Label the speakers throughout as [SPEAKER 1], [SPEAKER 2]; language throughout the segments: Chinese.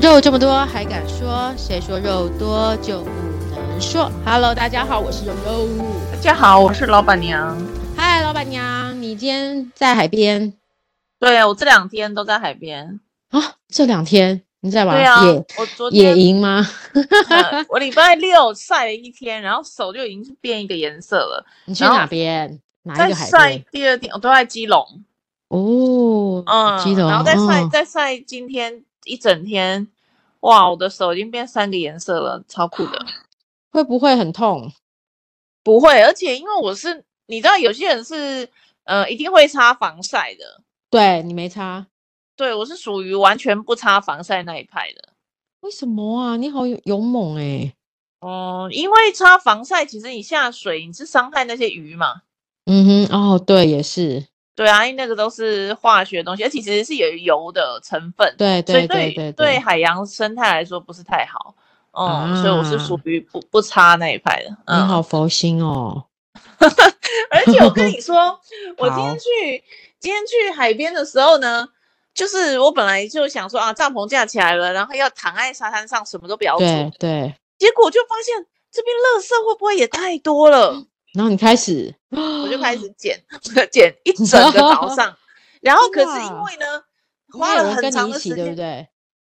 [SPEAKER 1] 肉这么多还敢说？谁说肉多就不能说？Hello，大家好，我是肉肉。
[SPEAKER 2] 大家好，我是老板娘。
[SPEAKER 1] 嗨，老板娘，你今天在海边
[SPEAKER 2] 对啊我这两天都在海边。
[SPEAKER 1] 啊？这两天你在玩
[SPEAKER 2] 对啊
[SPEAKER 1] 野，
[SPEAKER 2] 我昨
[SPEAKER 1] 野
[SPEAKER 2] 天、
[SPEAKER 1] 营吗？
[SPEAKER 2] 呃我礼拜六晒了一天，然后手就已经是变一个颜色了。
[SPEAKER 1] 你去
[SPEAKER 2] 然后
[SPEAKER 1] 哪边？哪
[SPEAKER 2] 再
[SPEAKER 1] 一个海
[SPEAKER 2] 晒
[SPEAKER 1] 边？
[SPEAKER 2] 第二天，我都在基隆，
[SPEAKER 1] 哦，
[SPEAKER 2] 嗯，
[SPEAKER 1] 基隆，
[SPEAKER 2] 然后再晒、
[SPEAKER 1] 哦
[SPEAKER 2] 再晒今天一整天，哇，我的手已经变三个颜色了，超 酷的。
[SPEAKER 1] 会不会很痛？
[SPEAKER 2] 不会，而且因为我是，你知道有些人是呃一定会擦防晒的，
[SPEAKER 1] 对你没擦，
[SPEAKER 2] 对我是属于完全不擦防晒那一派的。
[SPEAKER 1] 为什么啊？你好勇勇猛哎、
[SPEAKER 2] 嗯，因为擦防晒，其实你下水你是伤害那些鱼嘛。
[SPEAKER 1] 嗯哼，哦，对，也是，
[SPEAKER 2] 对啊，因为那个都是化学东西，而且其实是有油的成分，
[SPEAKER 1] 对
[SPEAKER 2] 所
[SPEAKER 1] 对
[SPEAKER 2] 以
[SPEAKER 1] 对
[SPEAKER 2] 于对
[SPEAKER 1] 对，
[SPEAKER 2] 海洋生态来说不是太好。嗯，所以我是属
[SPEAKER 1] 啊
[SPEAKER 2] 于不不擦那一派的。
[SPEAKER 1] 你
[SPEAKER 2] 嗯，
[SPEAKER 1] 好佛心哦。
[SPEAKER 2] 而且 我跟你说，我今
[SPEAKER 1] 好
[SPEAKER 2] 天去今天去海边的时候呢，就是我本来就想说啊，帐篷架起来了，然后要躺在沙滩上，什么都不要做。
[SPEAKER 1] 对对，
[SPEAKER 2] 结果就发现这边垃圾会不会也太多了？
[SPEAKER 1] 然后你开始，
[SPEAKER 2] 我
[SPEAKER 1] 我
[SPEAKER 2] 就开始剪 剪一整个 早上，然后可是
[SPEAKER 1] 真的
[SPEAKER 2] 因
[SPEAKER 1] 啊
[SPEAKER 2] 为呢，
[SPEAKER 1] 因
[SPEAKER 2] 花
[SPEAKER 1] 为
[SPEAKER 2] 了
[SPEAKER 1] 我
[SPEAKER 2] 很
[SPEAKER 1] 跟
[SPEAKER 2] 长
[SPEAKER 1] 你一
[SPEAKER 2] 的
[SPEAKER 1] 起，
[SPEAKER 2] 时
[SPEAKER 1] 对不
[SPEAKER 2] 间，
[SPEAKER 1] 对？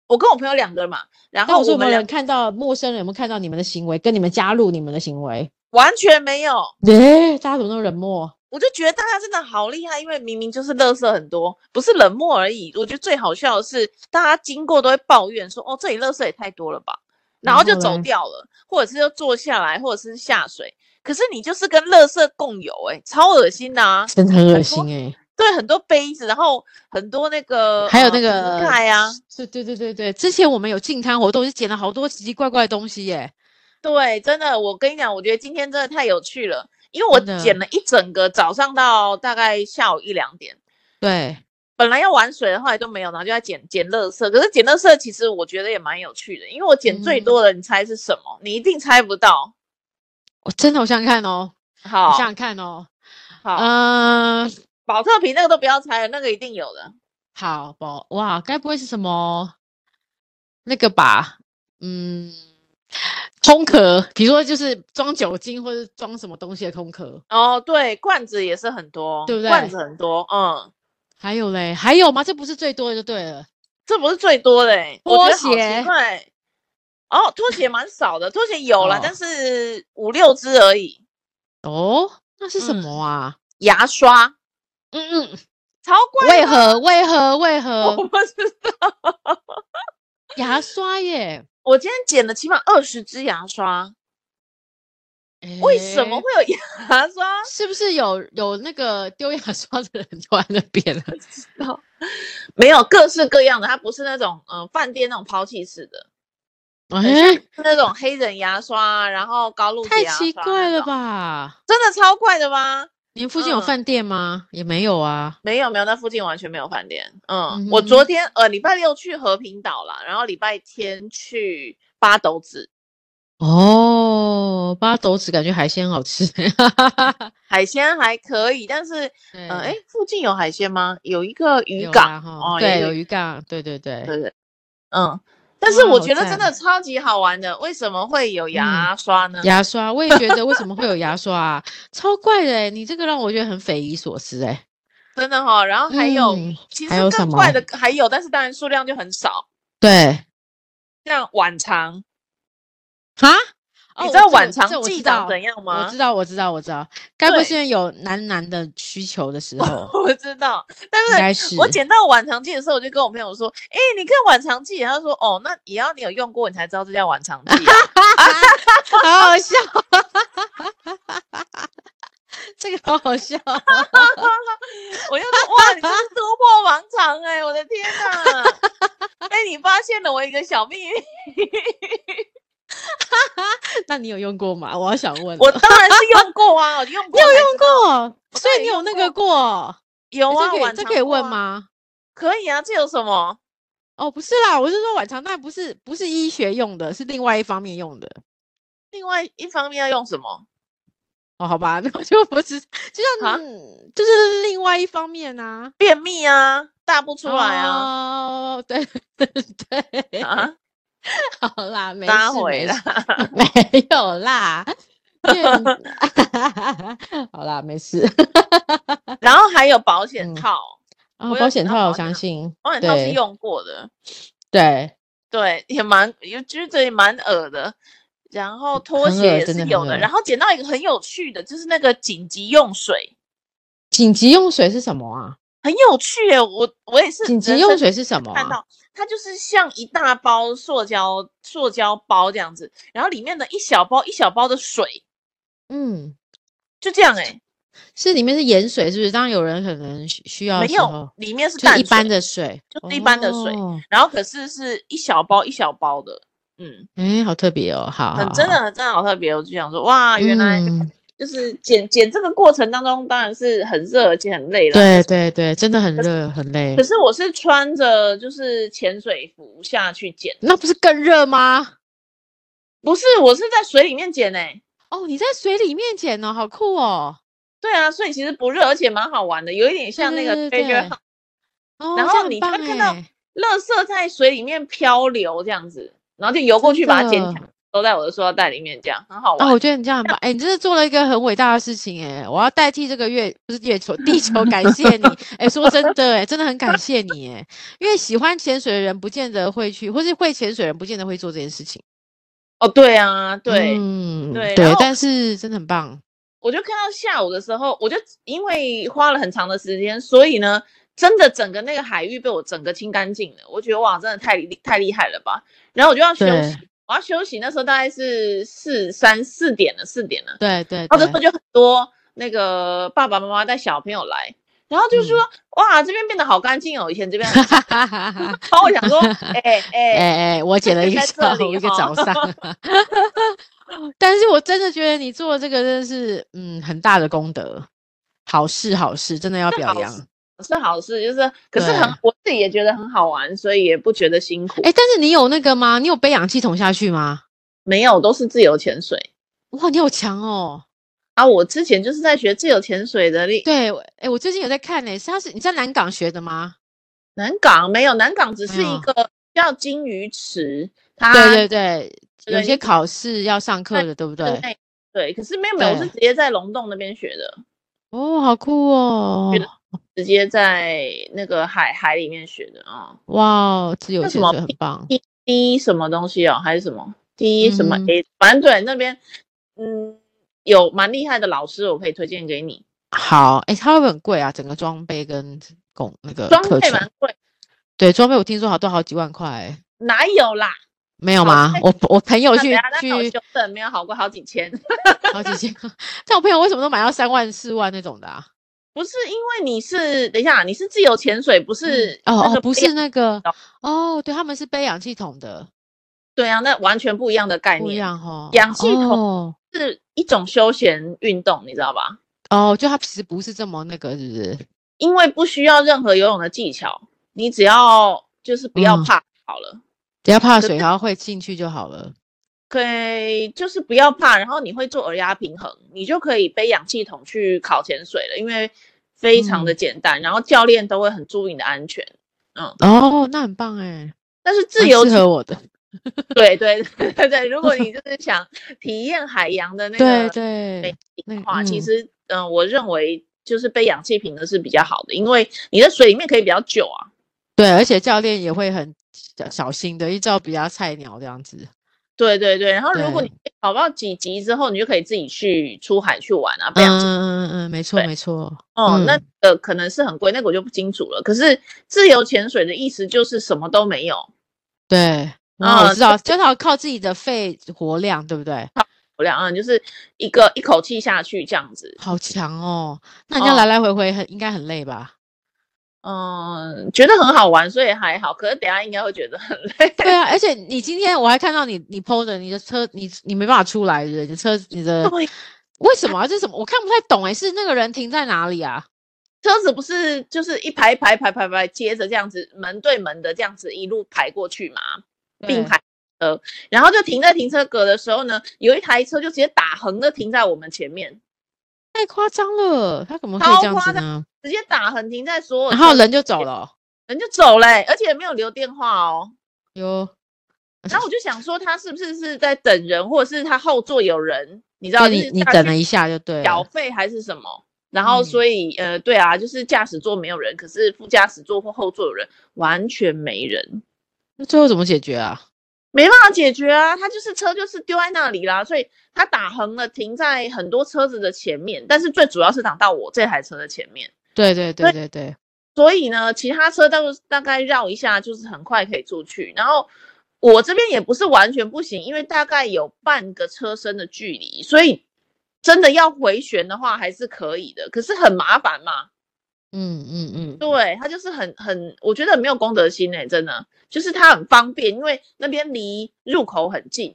[SPEAKER 2] 我跟我朋友两个人嘛，然
[SPEAKER 1] 但
[SPEAKER 2] 后
[SPEAKER 1] 我说有没
[SPEAKER 2] 们
[SPEAKER 1] 有
[SPEAKER 2] 俩
[SPEAKER 1] 人看到陌生人有没有看到你们的行为，跟你们加入你们的行为？
[SPEAKER 2] 完全没有，
[SPEAKER 1] 耶、大家怎么那么冷漠？
[SPEAKER 2] 我就觉得大家真的好厉害，因为明明就是垃圾很多，不是冷漠而已。我觉得最好笑的是，大家经过都会抱怨说：“哦，这里垃圾也太多了吧。”然
[SPEAKER 1] 然
[SPEAKER 2] 后就
[SPEAKER 1] 后
[SPEAKER 2] 走
[SPEAKER 1] 嘞
[SPEAKER 2] 掉了，或者是就坐下来，或者是下水。可是你就是跟垃圾共有、欸，超恶心的啊！
[SPEAKER 1] 真的很恶
[SPEAKER 2] 多
[SPEAKER 1] 心哎、
[SPEAKER 2] 对，很多杯子，然后很多那个
[SPEAKER 1] 还有
[SPEAKER 2] 呃
[SPEAKER 1] 那个
[SPEAKER 2] 瓶盖啊，，
[SPEAKER 1] 对对对对对，之前我们有进摊活动，就捡了好多奇奇怪怪的东西耶、
[SPEAKER 2] 对，真的，我跟你讲，我觉得今天真的太有趣了，因为我
[SPEAKER 1] 真的
[SPEAKER 2] 剪了一整个早上到大概下午一两点，
[SPEAKER 1] 对，
[SPEAKER 2] 本来要玩水的，后来都没有，然后就在捡捡垃圾。可是捡垃圾其实我觉得也蛮有趣的，因为我捡最
[SPEAKER 1] 嗯
[SPEAKER 2] 多的，你猜是什么？你一定猜不到。
[SPEAKER 1] 我真的好想看哦，
[SPEAKER 2] 好
[SPEAKER 1] 我想想看哦。
[SPEAKER 2] 好，
[SPEAKER 1] 嗯、
[SPEAKER 2] 保特瓶那个都不要猜了，那个一定有的。
[SPEAKER 1] 好宝哇，该不会是什么那个吧？嗯，空壳，比如说就是装酒精或者装什么东西的空壳。
[SPEAKER 2] 哦，对，罐子也是很多，
[SPEAKER 1] 对不对
[SPEAKER 2] 罐子很多，嗯，
[SPEAKER 1] 还有嘞，还有吗？这不是最多的就对了。
[SPEAKER 2] 这不是最多的、欸，我觉得好
[SPEAKER 1] 拖鞋
[SPEAKER 2] 奇怪。哦，拖鞋蛮少的，拖鞋有了，
[SPEAKER 1] 哦
[SPEAKER 2] 但是五六只而已。
[SPEAKER 1] 哦，那是什
[SPEAKER 2] 嗯
[SPEAKER 1] 么啊？
[SPEAKER 2] 牙刷，
[SPEAKER 1] 嗯嗯，
[SPEAKER 2] 超怪的，
[SPEAKER 1] 为何？为何？为何
[SPEAKER 2] 我？不知道。
[SPEAKER 1] 牙刷耶？
[SPEAKER 2] 我今天捡了起码二十支牙刷， 为什么
[SPEAKER 1] 诶
[SPEAKER 2] 会？有牙刷？
[SPEAKER 1] 是不是有有那个丢牙刷的人就在那 边了？
[SPEAKER 2] 没有，各式各样的，它不是那种嗯、呃饭店那种抛弃式的，
[SPEAKER 1] 哎、
[SPEAKER 2] 是那种黑人牙刷，然后高露洁
[SPEAKER 1] 太
[SPEAKER 2] 牙
[SPEAKER 1] 奇
[SPEAKER 2] 刷
[SPEAKER 1] 怪
[SPEAKER 2] 那
[SPEAKER 1] 了
[SPEAKER 2] 种？
[SPEAKER 1] 吧！
[SPEAKER 2] 真的超怪的吗？
[SPEAKER 1] 你们附近有
[SPEAKER 2] 嗯
[SPEAKER 1] 饭店吗？也没有啊。
[SPEAKER 2] 没有没有，那附近完全没有饭店。嗯，我
[SPEAKER 1] 嗯
[SPEAKER 2] 昨
[SPEAKER 1] 哼
[SPEAKER 2] 天呃礼拜六去和平岛啦，然后礼拜天去八斗子
[SPEAKER 1] 哦，八斗子感觉海鲜好吃。
[SPEAKER 2] 海鲜还可以，但是
[SPEAKER 1] 对
[SPEAKER 2] 呃哎附近有海鲜吗？有一个渔
[SPEAKER 1] 有啊啦
[SPEAKER 2] 港
[SPEAKER 1] 哈，
[SPEAKER 2] 哦，
[SPEAKER 1] 对，
[SPEAKER 2] 有
[SPEAKER 1] 有
[SPEAKER 2] 一
[SPEAKER 1] 渔港，对对对，
[SPEAKER 2] 对对，嗯。但是
[SPEAKER 1] 哇
[SPEAKER 2] 我
[SPEAKER 1] 好
[SPEAKER 2] 觉得真
[SPEAKER 1] 赞哦嗯
[SPEAKER 2] 的超级好玩的，为什么会有牙刷呢？
[SPEAKER 1] 牙刷，我也觉得为什么会有牙刷啊，超怪的欸，你这个让我觉得很匪夷所思哎。
[SPEAKER 2] 真的哈、然后哦还有，
[SPEAKER 1] 嗯
[SPEAKER 2] 其
[SPEAKER 1] 还有
[SPEAKER 2] 实
[SPEAKER 1] 什
[SPEAKER 2] 更怪
[SPEAKER 1] 么
[SPEAKER 2] 的还有，但是当然数量就很少，
[SPEAKER 1] 对，
[SPEAKER 2] 像碗肠，
[SPEAKER 1] 哈，
[SPEAKER 2] 你
[SPEAKER 1] 哦
[SPEAKER 2] 知道
[SPEAKER 1] 这
[SPEAKER 2] 碗
[SPEAKER 1] 个
[SPEAKER 2] 肠
[SPEAKER 1] 这我
[SPEAKER 2] 记
[SPEAKER 1] 知
[SPEAKER 2] 长
[SPEAKER 1] 道，
[SPEAKER 2] 怎样
[SPEAKER 1] 我
[SPEAKER 2] 吗
[SPEAKER 1] 知？道，我知道，我知道，该不会
[SPEAKER 2] 对
[SPEAKER 1] 是因为有男男的需求的 时候，
[SPEAKER 2] 我知道，
[SPEAKER 1] 应
[SPEAKER 2] 但
[SPEAKER 1] 该
[SPEAKER 2] 是
[SPEAKER 1] 是
[SPEAKER 2] 我捡到碗肠记的时候，我就跟我朋友说：“哎、你看碗肠记。”他说：“哦，那也要你有用过，你才知道这叫碗肠 记、啊。
[SPEAKER 1] 好好笑， 这个好好 笑啊，”
[SPEAKER 2] 我就说：“哇，你真是突破王场哎、我的天 哪、被你发现了我一个小秘密，
[SPEAKER 1] 那你有用过吗？我要想问了，哦
[SPEAKER 2] 我当然是用过啊，我用过才知道，你有用
[SPEAKER 1] 过，所以
[SPEAKER 2] 对
[SPEAKER 1] 你有
[SPEAKER 2] 用
[SPEAKER 1] 那个过，哦
[SPEAKER 2] 有
[SPEAKER 1] 诶这
[SPEAKER 2] 啊，
[SPEAKER 1] 可以
[SPEAKER 2] 碗
[SPEAKER 1] 这
[SPEAKER 2] 肠
[SPEAKER 1] 可以
[SPEAKER 2] 过
[SPEAKER 1] 问
[SPEAKER 2] 啊？
[SPEAKER 1] 吗？
[SPEAKER 2] 可以啊，这有什么？
[SPEAKER 1] 哦，不是啦，我是说晚肠蛋不是不是医学用的，是另外一方面用的。
[SPEAKER 2] 另外一方面要用什么？
[SPEAKER 1] 哦，好 吧，那我就不知，就像、
[SPEAKER 2] 啊
[SPEAKER 1] 嗯、就是另外一方面啊。
[SPEAKER 2] 便秘啊，大不出来啊
[SPEAKER 1] 哦， 对对对，
[SPEAKER 2] 啊，
[SPEAKER 1] 好啦，没
[SPEAKER 2] 拉
[SPEAKER 1] 事
[SPEAKER 2] 回
[SPEAKER 1] 没
[SPEAKER 2] 来
[SPEAKER 1] 事， 没有啦。电 好啦，没事。
[SPEAKER 2] 然后还有 保险
[SPEAKER 1] 嗯
[SPEAKER 2] 套，
[SPEAKER 1] 啊、
[SPEAKER 2] 我有
[SPEAKER 1] 保险
[SPEAKER 2] 想
[SPEAKER 1] 套
[SPEAKER 2] 到
[SPEAKER 1] 我
[SPEAKER 2] 好
[SPEAKER 1] 相
[SPEAKER 2] 像
[SPEAKER 1] 信，
[SPEAKER 2] 保险套是
[SPEAKER 1] 对
[SPEAKER 2] 用过的，
[SPEAKER 1] 对，
[SPEAKER 2] 对，也蛮，也就是这也蛮恶的。然后拖
[SPEAKER 1] 嗯很
[SPEAKER 2] 鞋
[SPEAKER 1] 恶
[SPEAKER 2] 也
[SPEAKER 1] 真
[SPEAKER 2] 是
[SPEAKER 1] 的
[SPEAKER 2] 有
[SPEAKER 1] 很
[SPEAKER 2] 的，
[SPEAKER 1] 恶
[SPEAKER 2] 然后捡到一个很有趣的，就是那个紧急用水，
[SPEAKER 1] 紧急用水是什么啊？
[SPEAKER 2] 很有趣耶。我我也是
[SPEAKER 1] 紧急
[SPEAKER 2] 人
[SPEAKER 1] 用
[SPEAKER 2] 生
[SPEAKER 1] 水是什么、
[SPEAKER 2] 看
[SPEAKER 1] 啊？
[SPEAKER 2] 到它就是像一大包塑胶塑胶包这样子，然后里面的一小包一小包的水，
[SPEAKER 1] 嗯，
[SPEAKER 2] 就这样哎、
[SPEAKER 1] 是里面是盐水，是不是？当有人可能需需要
[SPEAKER 2] 没
[SPEAKER 1] 的时候
[SPEAKER 2] 有，，里面是
[SPEAKER 1] 就
[SPEAKER 2] 淡
[SPEAKER 1] 一般
[SPEAKER 2] 水，
[SPEAKER 1] 的水，
[SPEAKER 2] 就是一般的水
[SPEAKER 1] 哦
[SPEAKER 2] 然后可是是一小包一小包的，嗯，
[SPEAKER 1] 哎、好特别哦，好
[SPEAKER 2] 很
[SPEAKER 1] 好
[SPEAKER 2] 真的
[SPEAKER 1] 好
[SPEAKER 2] 很真的好特别，我就想说哇，原来
[SPEAKER 1] 嗯
[SPEAKER 2] 就是剪剪这个过程当中，当然是很热而且很累了，
[SPEAKER 1] 对对对，真的很
[SPEAKER 2] 可是
[SPEAKER 1] 热很累
[SPEAKER 2] 可，是我是穿着就是潜水服下去捡，
[SPEAKER 1] 那不是更热吗？
[SPEAKER 2] 不是，我是在水里面捡哎、
[SPEAKER 1] 哦，你在水里面捡哦，好酷哦！
[SPEAKER 2] 对啊，所以其实不热，而且蛮好玩的，有一点像那个
[SPEAKER 1] 对
[SPEAKER 2] t r
[SPEAKER 1] 对
[SPEAKER 2] e
[SPEAKER 1] 对
[SPEAKER 2] a
[SPEAKER 1] 对哦，
[SPEAKER 2] 然
[SPEAKER 1] 这
[SPEAKER 2] 后
[SPEAKER 1] 样
[SPEAKER 2] 你
[SPEAKER 1] 棒
[SPEAKER 2] 就会看到
[SPEAKER 1] 哎
[SPEAKER 2] 垃圾在水里面漂流这样子，然后就游过去把它捡
[SPEAKER 1] 真
[SPEAKER 2] 起来，都在我的塑料袋里面，这样很好玩。
[SPEAKER 1] 哦，我觉得你这样 很棒，哎、你真的做了一个很伟大的事情、哎，我要代替这个月不是月球地球感谢你，哎、说真的、哎，真的很感谢你，哎，因为喜欢潜水的人不见得会去，或是会潜水的人不见得会做这件事情，
[SPEAKER 2] 哦，对啊，对，
[SPEAKER 1] 嗯
[SPEAKER 2] 对然
[SPEAKER 1] 对
[SPEAKER 2] 后，
[SPEAKER 1] 但是真的很棒，
[SPEAKER 2] 我就看到下午的时候，我就因为花了很长的时间，所以呢，真的整个那个海域被我整个清干净了。我觉得哇，真的太厉太厉害了吧！然后我就要休
[SPEAKER 1] 对
[SPEAKER 2] 息，我要休息。那时候大概是四三四点了，四点了。
[SPEAKER 1] 对对
[SPEAKER 2] 然后
[SPEAKER 1] 对
[SPEAKER 2] 这 时候就很多那个爸爸妈妈带小朋友来，然后就说、
[SPEAKER 1] 嗯
[SPEAKER 2] 哇，这边变得好干净哦，以前这 边很脏。
[SPEAKER 1] 哎
[SPEAKER 2] 然后 我想说，哎、哎、
[SPEAKER 1] 哎，我捡了一个
[SPEAKER 2] 在这
[SPEAKER 1] 下
[SPEAKER 2] 里
[SPEAKER 1] 午一个
[SPEAKER 2] 哦
[SPEAKER 1] 早上， 但是我真的觉得你做的这个真的是嗯很大的功德，好事好事，真的要表
[SPEAKER 2] 好
[SPEAKER 1] 扬
[SPEAKER 2] 事。是好事，就是可是很
[SPEAKER 1] 对
[SPEAKER 2] 我自己也觉得很好玩，所以也不觉得辛苦。
[SPEAKER 1] 哎、但是你有那个吗？你有背氧气筒下去吗？
[SPEAKER 2] 没有，都是自由潜水
[SPEAKER 1] 哇，你好强哦！
[SPEAKER 2] 啊！我之前就是在学自由潜水的力，
[SPEAKER 1] 对，哎、我最近有在看呢、是他是你在南港学的吗？
[SPEAKER 2] 南港没有，南港只是
[SPEAKER 1] 没
[SPEAKER 2] 一
[SPEAKER 1] 有
[SPEAKER 2] 个叫金鱼池，它
[SPEAKER 1] 嗯对对对，有
[SPEAKER 2] 对
[SPEAKER 1] 些
[SPEAKER 2] 一
[SPEAKER 1] 考试要上课的，对不
[SPEAKER 2] 对
[SPEAKER 1] 对？
[SPEAKER 2] 对对，可是没有没有，我是
[SPEAKER 1] 对
[SPEAKER 2] 直接在龙洞那边学的，
[SPEAKER 1] 哦，好酷哦！
[SPEAKER 2] 对直接在那个海海里面学的啊。
[SPEAKER 1] 哇，哦自由
[SPEAKER 2] 那什
[SPEAKER 1] 潜
[SPEAKER 2] 么
[SPEAKER 1] 水很棒。
[SPEAKER 2] D 什么东西哦，还是什么 D 什么
[SPEAKER 1] 嗯
[SPEAKER 2] A，、反正对那边，嗯，有蛮厉害的老师，我可以推荐给你。
[SPEAKER 1] 好，哎、它会不会很贵啊？整个装备跟工那个
[SPEAKER 2] 装
[SPEAKER 1] 呃课
[SPEAKER 2] 备
[SPEAKER 1] 程
[SPEAKER 2] 蛮，贵，
[SPEAKER 1] 对装备我听说好都好几万块欸，
[SPEAKER 2] 哪有啦？
[SPEAKER 1] 没有
[SPEAKER 2] 好
[SPEAKER 1] 吗
[SPEAKER 2] 贵？
[SPEAKER 1] 我我朋友
[SPEAKER 2] 那等
[SPEAKER 1] 去
[SPEAKER 2] 下那好
[SPEAKER 1] 去
[SPEAKER 2] 修正，没有好过好几千。
[SPEAKER 1] 好几千， 但我朋友为什么都买到三万四万那种的啊？
[SPEAKER 2] 不是因为你是，等一下你是自由潜水，不是、
[SPEAKER 1] 哦
[SPEAKER 2] 那
[SPEAKER 1] 哦，
[SPEAKER 2] 个
[SPEAKER 1] 不
[SPEAKER 2] 背
[SPEAKER 1] 是那个
[SPEAKER 2] 筒
[SPEAKER 1] 哦，对，他们是背氧气筒的，
[SPEAKER 2] 对啊，那完全不一样的概
[SPEAKER 1] 不一
[SPEAKER 2] 念，
[SPEAKER 1] 样哦。
[SPEAKER 2] 氧气筒
[SPEAKER 1] 哦，
[SPEAKER 2] 是一种休闲运动，你知道吧？
[SPEAKER 1] 哦就它其实不是这么那个，是不是？
[SPEAKER 2] 因为不需要任何游泳的技巧，你只要就是不要
[SPEAKER 1] 嗯
[SPEAKER 2] 怕好了。
[SPEAKER 1] 不要怕
[SPEAKER 2] 可
[SPEAKER 1] 水，
[SPEAKER 2] 是
[SPEAKER 1] 然后会进去就好了。
[SPEAKER 2] 可以，就是不要怕，然后你会做耳压平衡，你就可以背氧气筒去考潜水了，因为非常的
[SPEAKER 1] 嗯
[SPEAKER 2] 简单，然后教练都会很注意你的安全。
[SPEAKER 1] 哦，那很棒哎，
[SPEAKER 2] 但是自
[SPEAKER 1] 蛮
[SPEAKER 2] 由
[SPEAKER 1] 适
[SPEAKER 2] 潜
[SPEAKER 1] 合我的。
[SPEAKER 2] 对对对对，如果你就是想体验海洋的那
[SPEAKER 1] 对
[SPEAKER 2] 个
[SPEAKER 1] 对
[SPEAKER 2] 美，景的
[SPEAKER 1] 那
[SPEAKER 2] 话，其
[SPEAKER 1] 嗯
[SPEAKER 2] 实嗯、呃我认为就是背氧气瓶的是比较好的，因为你在水里面可以比较久啊。
[SPEAKER 1] 对，而且教练也会很小小心的，依照比较菜鸟这样子。
[SPEAKER 2] 对对对，然后如果
[SPEAKER 1] 对
[SPEAKER 2] 你考到几级之后，你就可以自己去出海去玩啊，
[SPEAKER 1] 嗯
[SPEAKER 2] 背氧气
[SPEAKER 1] 嗯嗯嗯，没错
[SPEAKER 2] 对
[SPEAKER 1] 没错。
[SPEAKER 2] 哦，那
[SPEAKER 1] 嗯
[SPEAKER 2] 呃可能是很贵，那个我就不清楚了。可是自由潜水的意思就是什么都没有，
[SPEAKER 1] 对，哦，
[SPEAKER 2] 啊
[SPEAKER 1] 我知道，就是要靠自己的肺活量，对不对？
[SPEAKER 2] 我两岸就是一个一口气下去这样子。
[SPEAKER 1] 好强哦！那你要来来回回很应该很累吧？
[SPEAKER 2] 嗯，觉得很好玩，所以还好。可是等一下应该会觉得很 累。
[SPEAKER 1] 对啊，而且你今天我还看到你你 PO 的你的车，你你没办法出来的，你车你的
[SPEAKER 2] 对，
[SPEAKER 1] 为什么、啊？这是什么？我看不太懂哎、是那个人停在哪里啊？
[SPEAKER 2] 车子不是就是一排一排排排排，接着这样子门对门的这样子一路排过去嘛，并
[SPEAKER 1] 对
[SPEAKER 2] 排呃，然后就停在停车格的时候呢，有一台车就直接打横的停在我们前面，
[SPEAKER 1] 太夸张了，他怎么可以
[SPEAKER 2] 超
[SPEAKER 1] 这样
[SPEAKER 2] 夸
[SPEAKER 1] 子
[SPEAKER 2] 张
[SPEAKER 1] 呢？
[SPEAKER 2] 直接打横停在所有
[SPEAKER 1] 然
[SPEAKER 2] 车
[SPEAKER 1] 后
[SPEAKER 2] 子
[SPEAKER 1] 人就走了哦、
[SPEAKER 2] 人就走嘞、而且没有留电话哦。
[SPEAKER 1] 有，
[SPEAKER 2] 然后我就想说，他是不是是在等人，或者是他后座有人？你知道，
[SPEAKER 1] 对
[SPEAKER 2] 就是
[SPEAKER 1] 你你
[SPEAKER 2] 下
[SPEAKER 1] 等
[SPEAKER 2] 去
[SPEAKER 1] 了一下就对
[SPEAKER 2] 缴
[SPEAKER 1] 了，
[SPEAKER 2] 费还是什么？然后
[SPEAKER 1] 嗯
[SPEAKER 2] 所以、呃，对啊，就是驾驶座没有人，可是副驾驶座或后座有人，完全没人，
[SPEAKER 1] 那最后怎么解决啊？
[SPEAKER 2] 没办法解决啊。他就是车就是丢在那里啦，所以他打横了，停在很多车子的前面，但是最主要是挡到我这台车的前面。
[SPEAKER 1] 对对对对对，
[SPEAKER 2] 所以呢，其他车都大概绕一下，就是很快可以出去。然后我这边也不是完全不行，因为大概有半个车身的距离，所以真的要回旋的话还是可以的，可是很麻烦嘛。
[SPEAKER 1] 嗯嗯嗯，
[SPEAKER 2] 对他就是很很，我觉得很没有公德心哎、真的，就是他很方便，因为那边离入口很近，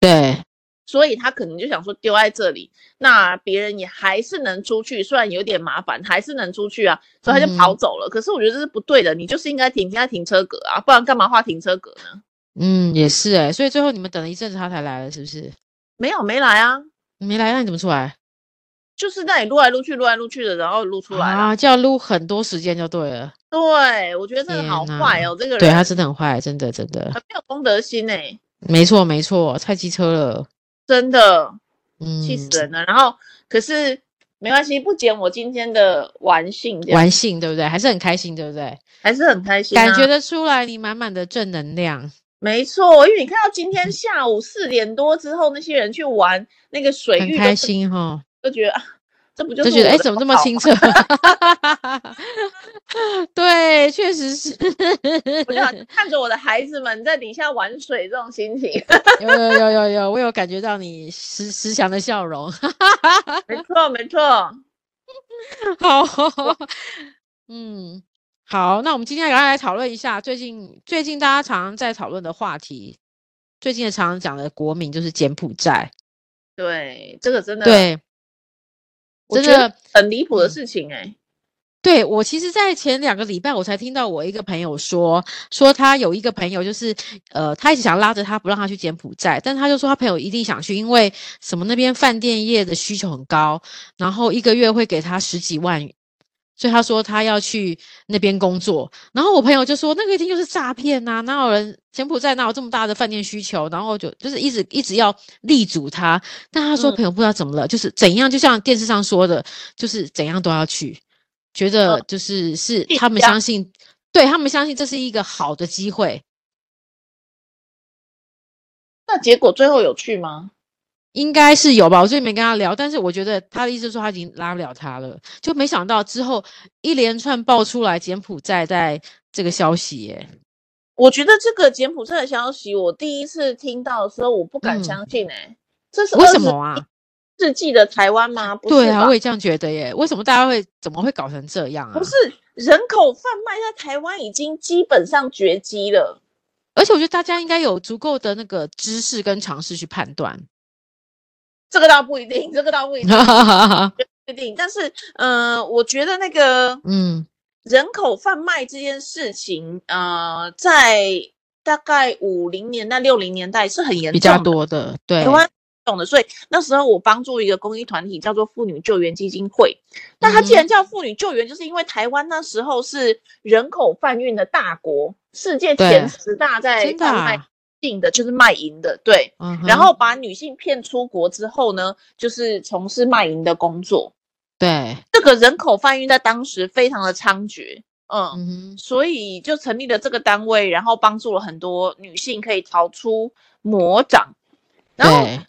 [SPEAKER 1] 对，
[SPEAKER 2] 所以他可能就想说丢在这里，那别人也还是能出去，虽然有点麻烦，还是能出去啊，所以他就跑
[SPEAKER 1] 嗯
[SPEAKER 2] 走了。可是我觉得这是不对的，你就是应该停在停车格啊，不然干嘛画停车格呢？
[SPEAKER 1] 嗯也是哎、所以最后你们等了一阵子他才来了，是不是？
[SPEAKER 2] 没有没来啊，
[SPEAKER 1] 你没来，那你怎么出来？
[SPEAKER 2] 就是那里撸来撸去，撸来撸去的，然后撸出来了。
[SPEAKER 1] 啊，就要撸很多时间就对了。
[SPEAKER 2] 对，我觉得这个
[SPEAKER 1] 天
[SPEAKER 2] 好
[SPEAKER 1] 哪
[SPEAKER 2] 坏哦，这个人
[SPEAKER 1] 对他真的很坏，真的真的，
[SPEAKER 2] 很没有公德心哎、
[SPEAKER 1] 没错没错，太机车了，
[SPEAKER 2] 真的。
[SPEAKER 1] 嗯，
[SPEAKER 2] 气死人了。然后可是没关系，不减我今天的玩性，这样
[SPEAKER 1] 玩性对不对？还是很开心对不对？
[SPEAKER 2] 还是很开心、啊。
[SPEAKER 1] 感觉得出来你满满的正能量。
[SPEAKER 2] 没错，因为你看到今天下午四点多之后，那些人去玩那个水
[SPEAKER 1] 很
[SPEAKER 2] 域，
[SPEAKER 1] 开，心哈，
[SPEAKER 2] 就觉得啊，这不就
[SPEAKER 1] 就是觉得
[SPEAKER 2] 我
[SPEAKER 1] 哎，
[SPEAKER 2] 的
[SPEAKER 1] 怎么这
[SPEAKER 2] 宝
[SPEAKER 1] 么
[SPEAKER 2] 宝
[SPEAKER 1] 清澈？ 对，确实是
[SPEAKER 2] 我就想看着我的孩子们在底下玩水这种心情，
[SPEAKER 1] 有有有有有，我有感觉到你慈慈祥的笑容，
[SPEAKER 2] 没错没错，
[SPEAKER 1] 好， 嗯，好，那我们今天来来讨论一下最近最近大家常常在讨论的话题，最近也常常讲的国民就是柬埔寨，
[SPEAKER 2] 对，这个真的，
[SPEAKER 1] 对，
[SPEAKER 2] 我
[SPEAKER 1] 真
[SPEAKER 2] 觉得
[SPEAKER 1] 的
[SPEAKER 2] 很离谱的
[SPEAKER 1] 嗯
[SPEAKER 2] 事情哎、
[SPEAKER 1] 对我其实，在前两个礼拜，我才听到我一个朋友说，说他有一个朋友，就是呃，他一直想拉着他不让他去柬埔寨，但他就说他朋友一定想去，因为什么那边饭店业的需求很高，然后一个月会给他十几万，所以他说他要去那边工作。然后我朋友就说，那个一定就是诈骗呐、哪有人柬埔寨哪有这么大的饭店需求？然后就就是一直一直要立足他，但他说
[SPEAKER 2] 嗯
[SPEAKER 1] 朋友不知道怎么了，就是怎样，就像电视上说的，就是怎样都要去。觉得就是是
[SPEAKER 2] 必
[SPEAKER 1] 他们
[SPEAKER 2] 哦须要
[SPEAKER 1] 相信，对他们相信这是一个好的机会，
[SPEAKER 2] 那结果最后有去吗？
[SPEAKER 1] 应该是有吧。我最近没跟他聊，但是我觉得他的意思是说他已经拉不了他了，就没想到之后一连串爆出来柬埔寨在这个消息耶，
[SPEAKER 2] 我觉得这个柬埔寨的消息，我第一次听到的时候，我不敢
[SPEAKER 1] 嗯
[SPEAKER 2] 相信哎、这是
[SPEAKER 1] 为什么啊？
[SPEAKER 2] 世纪的台湾吗？不
[SPEAKER 1] 对
[SPEAKER 2] 是
[SPEAKER 1] 啊，
[SPEAKER 2] 吧
[SPEAKER 1] 我也这样觉得耶。为什么大家会怎么会搞成这样啊？
[SPEAKER 2] 不是人口贩卖在台湾已经基本上绝迹了。
[SPEAKER 1] 而且我觉得大家应该有足够的那个知识跟尝试去判断。
[SPEAKER 2] 这个倒不一定， 这个倒不一定不一定。但是，呃，我觉得那个
[SPEAKER 1] 嗯，
[SPEAKER 2] 人口贩卖这件事情，呃，在大概五零年代、六零年代是很严重的，
[SPEAKER 1] 比较多的，对
[SPEAKER 2] 台，湾懂的，所以那时候我帮助一个公益团体叫做妇女救援基金会。那它
[SPEAKER 1] 嗯
[SPEAKER 2] 既然叫妇女救援，就是因为台湾那时候是人口贩运的大国，世界
[SPEAKER 1] 对
[SPEAKER 2] 前十大在
[SPEAKER 1] 真的
[SPEAKER 2] 贩卖
[SPEAKER 1] 啊、
[SPEAKER 2] 性的，就是卖淫的，对。
[SPEAKER 1] 嗯哼，
[SPEAKER 2] 然后把女性骗出国之后呢，就是从事卖淫的工作。
[SPEAKER 1] 对，
[SPEAKER 2] 这个人口贩运在当时非常的猖獗，嗯，
[SPEAKER 1] 嗯哼。
[SPEAKER 2] 所以就成立了这个单位，然后帮助了很多女性可以逃出魔掌。然后
[SPEAKER 1] 对，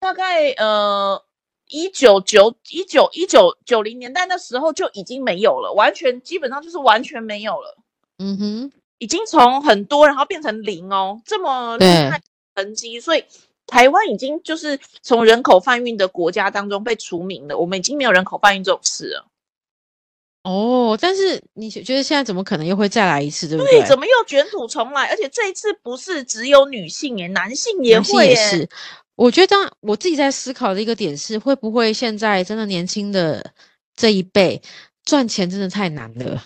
[SPEAKER 2] 大概呃一九九一九一九九零年代那时候就已经没有了，完全基本上就是完全没有了，
[SPEAKER 1] 嗯哼，
[SPEAKER 2] 已经从很多然后变成零哦，这么厉
[SPEAKER 1] 对
[SPEAKER 2] 害的成绩，所以。台湾已经就是从人口贩运的国家当中被除名了，我们已经没有人口贩运这种事了。
[SPEAKER 1] 哦，但是你觉觉得现在怎么可能又会再来一次，对不
[SPEAKER 2] 对，怎么又卷土重来？而且这一次不是只有女性耶，男性也
[SPEAKER 1] 男性
[SPEAKER 2] 会耶。
[SPEAKER 1] 也是。我觉得当我自己在思考的一个点是，会不会现在真的年轻的这一辈赚钱真的太难了？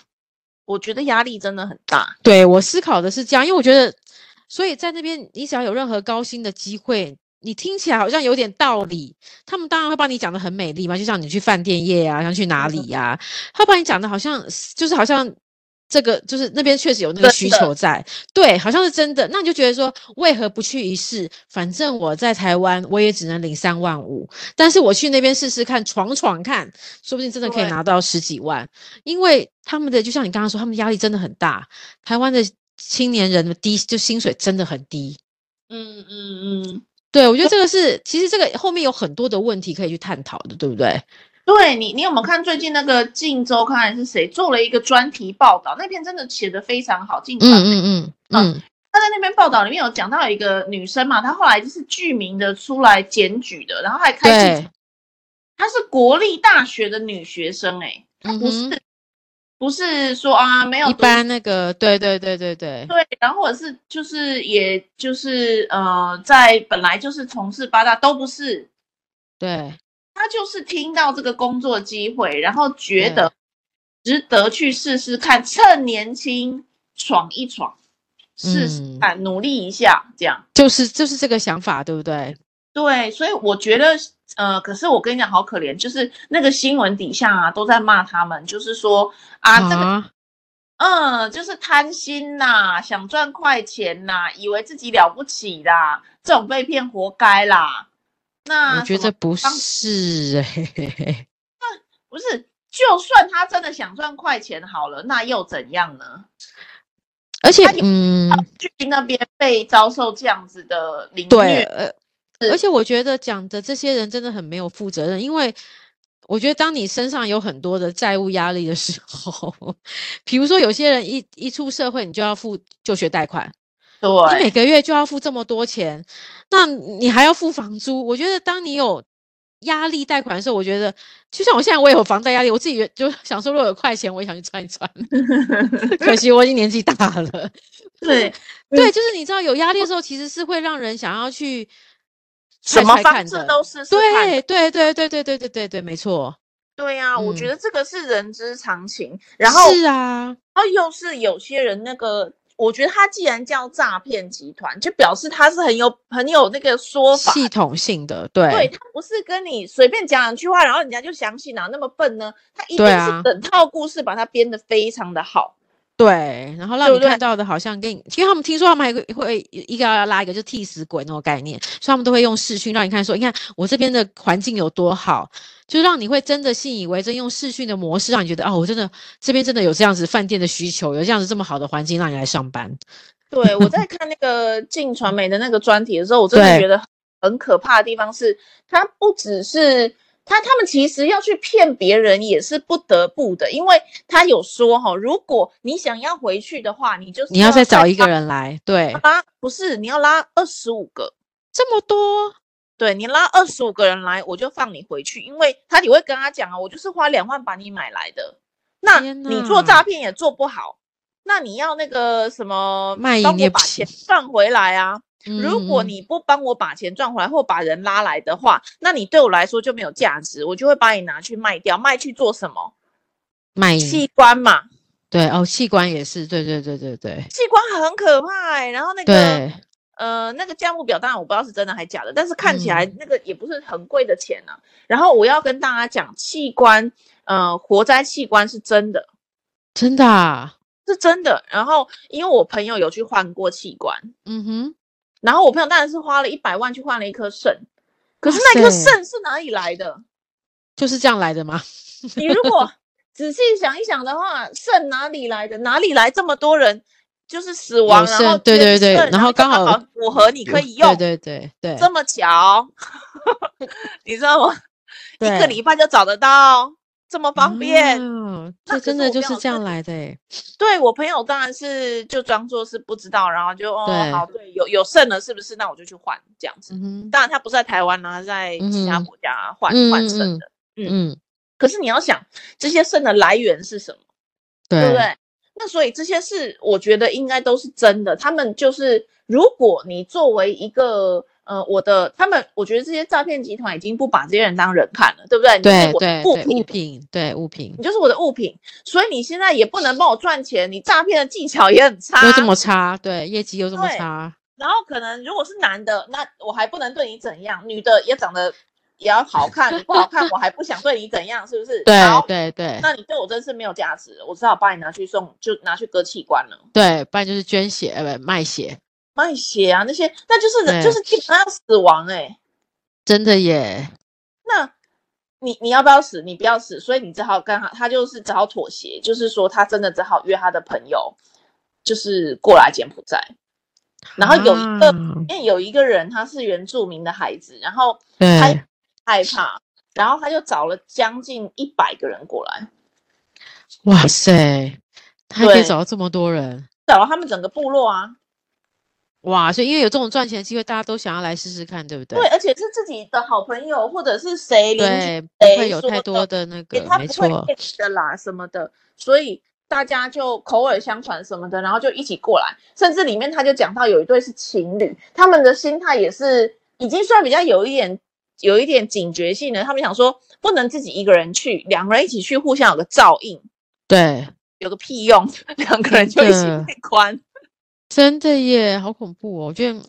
[SPEAKER 2] 我觉得压力真的很大。
[SPEAKER 1] 对我思考的是这样，因为我觉得，所以在那边你只要有任何高薪的机会，你听起来好像有点道理，他们当然会把你讲的很美丽嘛，就像你去饭店业啊，像去哪
[SPEAKER 2] 嗯
[SPEAKER 1] 里呀、他把你讲的好像就是好像这个就是那边确实有那
[SPEAKER 2] 真
[SPEAKER 1] 个
[SPEAKER 2] 的
[SPEAKER 1] 需求在，对，好像是真的。那你就觉得说，为何不去一试？反正我在台湾，我也只能领三万五，但是我去那边试试看，闯闯看，说不定真的可以
[SPEAKER 2] 对
[SPEAKER 1] 拿到十几万。因为他们的，就像你刚刚说，他们压力真的很大。台湾的青年人的低，就薪水真的很低。
[SPEAKER 2] 嗯嗯嗯，
[SPEAKER 1] 对，我觉得这个是，其实这个后面有很多的问题可以去探讨的，对不对？
[SPEAKER 2] 对你，你有没有看最近那个《镜周刊》还是谁做了一个专题报道？那篇真的写的非常好，《镜周
[SPEAKER 1] 嗯
[SPEAKER 2] 刊》
[SPEAKER 1] 嗯嗯
[SPEAKER 2] 嗯
[SPEAKER 1] 嗯，
[SPEAKER 2] 他在那篇报道里面有讲到有一个女生嘛，她后来就是具名的出来检举的，然后还开记
[SPEAKER 1] 对
[SPEAKER 2] 者，，她是国立大学的女学生、欸，她
[SPEAKER 1] 嗯
[SPEAKER 2] 不是、
[SPEAKER 1] 哼，
[SPEAKER 2] 不是说啊没有
[SPEAKER 1] 一
[SPEAKER 2] 读
[SPEAKER 1] 般那个，对对对对对，
[SPEAKER 2] 对，然后或者是就是也就是呃，在本来就是从事八大都不是，
[SPEAKER 1] 对，
[SPEAKER 2] 他就是听到这个工作机会，然后觉
[SPEAKER 1] 对
[SPEAKER 2] 得值得去试试看，趁年轻闯一闯，试试
[SPEAKER 1] 嗯
[SPEAKER 2] 看，努力一下，这样。
[SPEAKER 1] 就是就是这个想法，对不对？
[SPEAKER 2] 对，所以我觉得，呃，可是我跟你讲，好可怜，就是那个新闻底下啊，都在骂他们，就是说啊，这个，
[SPEAKER 1] 啊
[SPEAKER 2] 嗯，就是贪心呐、想赚快钱呐、以为自己了不起啦，这种被骗活该啦。那
[SPEAKER 1] 我觉
[SPEAKER 2] 啊什么
[SPEAKER 1] 得不
[SPEAKER 2] 方
[SPEAKER 1] 是哎、嘿嘿嘿
[SPEAKER 2] 不是，就算他真的想赚快钱好了，那又怎样呢？
[SPEAKER 1] 而且
[SPEAKER 2] 他有
[SPEAKER 1] 嗯，
[SPEAKER 2] 去那边被遭受这样子的凌
[SPEAKER 1] 对，
[SPEAKER 2] 虐，
[SPEAKER 1] 呃，
[SPEAKER 2] 是
[SPEAKER 1] 而且我觉得讲的这些人真的很没有负责任，因为我觉得当你身上有很多的债务压力的时候， 比如说有些人一一出社会，你就要付就学贷款，你每
[SPEAKER 2] 对，
[SPEAKER 1] 个月就要付这么多钱，那你还要付房租。我觉得当你有压力贷款的时候，我觉得就像我现在我也有房贷压力，我自己也就想说，如果有快钱，我也想去赚一赚。 可惜我已经年纪大了，
[SPEAKER 2] 对，
[SPEAKER 1] 对，就是你知道有压力的时候，其实是会让人想要去
[SPEAKER 2] 什
[SPEAKER 1] 猜
[SPEAKER 2] 么
[SPEAKER 1] 猜
[SPEAKER 2] 方
[SPEAKER 1] 看
[SPEAKER 2] 式
[SPEAKER 1] 的
[SPEAKER 2] 都试试看
[SPEAKER 1] 对对对对对对对对对，没错。
[SPEAKER 2] 对呀、我觉
[SPEAKER 1] 嗯
[SPEAKER 2] 得这个是人之常情。然后，
[SPEAKER 1] 是啊，
[SPEAKER 2] 然后又是有些人那个，我觉得他既然叫诈骗集团，就表示他是很有很有那个说法。
[SPEAKER 1] 系统性的，
[SPEAKER 2] 对
[SPEAKER 1] 对
[SPEAKER 2] 他不是跟你随便讲两句话，然后人家就相信，哪那么笨呢？他一定
[SPEAKER 1] 对啊
[SPEAKER 2] 是整套故事把它编得非常的好。
[SPEAKER 1] 对，然后让
[SPEAKER 2] 对
[SPEAKER 1] 你
[SPEAKER 2] 不对
[SPEAKER 1] 看到的好像跟你，因为他们听说他们还会会一个要拉一个就替死鬼那种概念，所以他们都会用视讯让你看说，你看我这边的环境有多好，就让你会真的信以为真，用视讯的模式让你觉得哦，我真的这边真的有这样子饭店的需求，有这样子这么好的环境让你来上班，
[SPEAKER 2] 对，我在看那个静传媒的那个专题的时候，我真
[SPEAKER 1] 对
[SPEAKER 2] 的觉得很可怕的地方是，他不只是他他们其实要去骗别人也是不得不的，因为他有说哈、如果你想要回去的话，啊你啊就是
[SPEAKER 1] 你要再找一个
[SPEAKER 2] 拉
[SPEAKER 1] 人来，对，
[SPEAKER 2] 拉，不是你要拉二十五个，
[SPEAKER 1] 这么多，
[SPEAKER 2] 对你拉二十五个人来，我就放你回去，因为他你会跟他讲啊，我就是花两万把你买来的，那
[SPEAKER 1] 天
[SPEAKER 2] 你做诈
[SPEAKER 1] 哪
[SPEAKER 2] 骗也做不好，那你要那个什么
[SPEAKER 1] 卖淫
[SPEAKER 2] 帮
[SPEAKER 1] 也
[SPEAKER 2] 我
[SPEAKER 1] 不
[SPEAKER 2] 把
[SPEAKER 1] 行
[SPEAKER 2] 钱赚回来啊。如果
[SPEAKER 1] 嗯
[SPEAKER 2] 你不帮我把钱赚回来或把人拉来的话，那你对我来说就没有价值，我就会把你拿去卖掉，卖去做什么？
[SPEAKER 1] 卖淫，
[SPEAKER 2] 器官嘛，
[SPEAKER 1] 对哦，器官也是，对对对对对
[SPEAKER 2] 器官很可怕哎、然后那个
[SPEAKER 1] 对，
[SPEAKER 2] 呃，那个价目表，当然我不知道是真的还假的，但是看起来
[SPEAKER 1] 嗯
[SPEAKER 2] 那个也不是很贵的钱啊。然后我要跟大家讲，器官，呃，活摘器官是真的，
[SPEAKER 1] 真的、啊，
[SPEAKER 2] 是真的。然后因为我朋友有去换过器官，
[SPEAKER 1] 嗯哼，
[SPEAKER 2] 然后我朋友当然是花了一百万去换了一颗肾，可是
[SPEAKER 1] 哇
[SPEAKER 2] 那颗
[SPEAKER 1] 塞
[SPEAKER 2] 肾是哪里来的？
[SPEAKER 1] 就是这样来的吗？
[SPEAKER 2] 你如果仔细想一想的话，肾哪里来的？哪里来这么多人就是死亡，然后
[SPEAKER 1] 肾对对
[SPEAKER 2] 捐
[SPEAKER 1] 对
[SPEAKER 2] 肾
[SPEAKER 1] 然后
[SPEAKER 2] 就刚
[SPEAKER 1] 刚好
[SPEAKER 2] 符合你可以用，
[SPEAKER 1] 对对对对
[SPEAKER 2] 这么巧， 你知道吗？一
[SPEAKER 1] 对，
[SPEAKER 2] 个礼拜就找得到，这么方便。
[SPEAKER 1] 啊
[SPEAKER 2] 那
[SPEAKER 1] 这
[SPEAKER 2] 可
[SPEAKER 1] 真
[SPEAKER 2] 是
[SPEAKER 1] 的
[SPEAKER 2] 我
[SPEAKER 1] 就
[SPEAKER 2] 朋
[SPEAKER 1] 是
[SPEAKER 2] 友
[SPEAKER 1] 这样
[SPEAKER 2] 自己
[SPEAKER 1] 来的欸，
[SPEAKER 2] 对我朋友当然是就装作是不知道，然后就哦
[SPEAKER 1] 对
[SPEAKER 2] 好，对，有有肾了是不是？那我就去换这样子。
[SPEAKER 1] 嗯
[SPEAKER 2] 当然他不是在台湾啦、啊他在其他
[SPEAKER 1] 嗯哼
[SPEAKER 2] 国家换、换肾
[SPEAKER 1] 嗯哼
[SPEAKER 2] 的。嗯
[SPEAKER 1] 嗯，
[SPEAKER 2] 可是你要想，这些肾的来源是什么？对不
[SPEAKER 1] 对
[SPEAKER 2] 对？那所以这些事，我觉得应该都是真的。他们就是，如果你作为一个呃，我的他们，我觉得这些诈骗集团已经不把这些人当人看了，对不对？
[SPEAKER 1] 对
[SPEAKER 2] 你是
[SPEAKER 1] 对
[SPEAKER 2] 我
[SPEAKER 1] 对
[SPEAKER 2] 的物
[SPEAKER 1] 物
[SPEAKER 2] 品，
[SPEAKER 1] 品，对物品
[SPEAKER 2] 你就是我的物品，所以你现在也不能帮我赚钱，你诈骗的技巧也很差。
[SPEAKER 1] 又这么差，对业绩又这么
[SPEAKER 2] 对
[SPEAKER 1] 差，
[SPEAKER 2] 然后可能如果是男的，那我还不能对你怎样，女的也长得也要好看，你不好看我还不想对你怎样，是不是？
[SPEAKER 1] 对
[SPEAKER 2] 好，
[SPEAKER 1] 对对
[SPEAKER 2] 那你对我真是没有价值，我只好把你拿去送，就拿去割器官了，
[SPEAKER 1] 对，不然就是捐血，呃，不卖血，
[SPEAKER 2] 卖血啊那些，那就是人
[SPEAKER 1] 对
[SPEAKER 2] 就是基本上要死亡哎、
[SPEAKER 1] 真的耶。
[SPEAKER 2] 那你你要不要死？你不要死，所以你只好跟他，他就是只好妥协，就是说他真的只好约他的朋友，就是过来柬埔寨。然后有一个，
[SPEAKER 1] 啊
[SPEAKER 2] 因为有一个人他是原住民的孩子，然后他
[SPEAKER 1] 对，
[SPEAKER 2] 害怕，然后他就找了将近一百个人过来，
[SPEAKER 1] 哇塞，他还可以
[SPEAKER 2] 对
[SPEAKER 1] 找到这么多人，
[SPEAKER 2] 找了他们整个部落啊，
[SPEAKER 1] 哇！所以因为有这种赚钱的机会，大家都想要来试试看，对不对？
[SPEAKER 2] 对，而且是自己的好朋友或者是谁邻居
[SPEAKER 1] 对，不会
[SPEAKER 2] 谁
[SPEAKER 1] 有
[SPEAKER 2] 说
[SPEAKER 1] 太
[SPEAKER 2] 的
[SPEAKER 1] 多的那
[SPEAKER 2] 也
[SPEAKER 1] 个
[SPEAKER 2] 他，
[SPEAKER 1] 没
[SPEAKER 2] 不会
[SPEAKER 1] 错，
[SPEAKER 2] 骗你的啦什么的，所以大家就口耳相传什么的，然后就一起过来，甚至里面他就讲到有一对是情侣，他们的心态也是已经算比较有一点有一点警觉性了，他们想说不能自己一个人去，两个人一起去互相有个照应，
[SPEAKER 1] 对，
[SPEAKER 2] 有个屁用，两个人就一起
[SPEAKER 1] 真的
[SPEAKER 2] 被关。
[SPEAKER 1] 真的耶，好恐怖哦！我觉得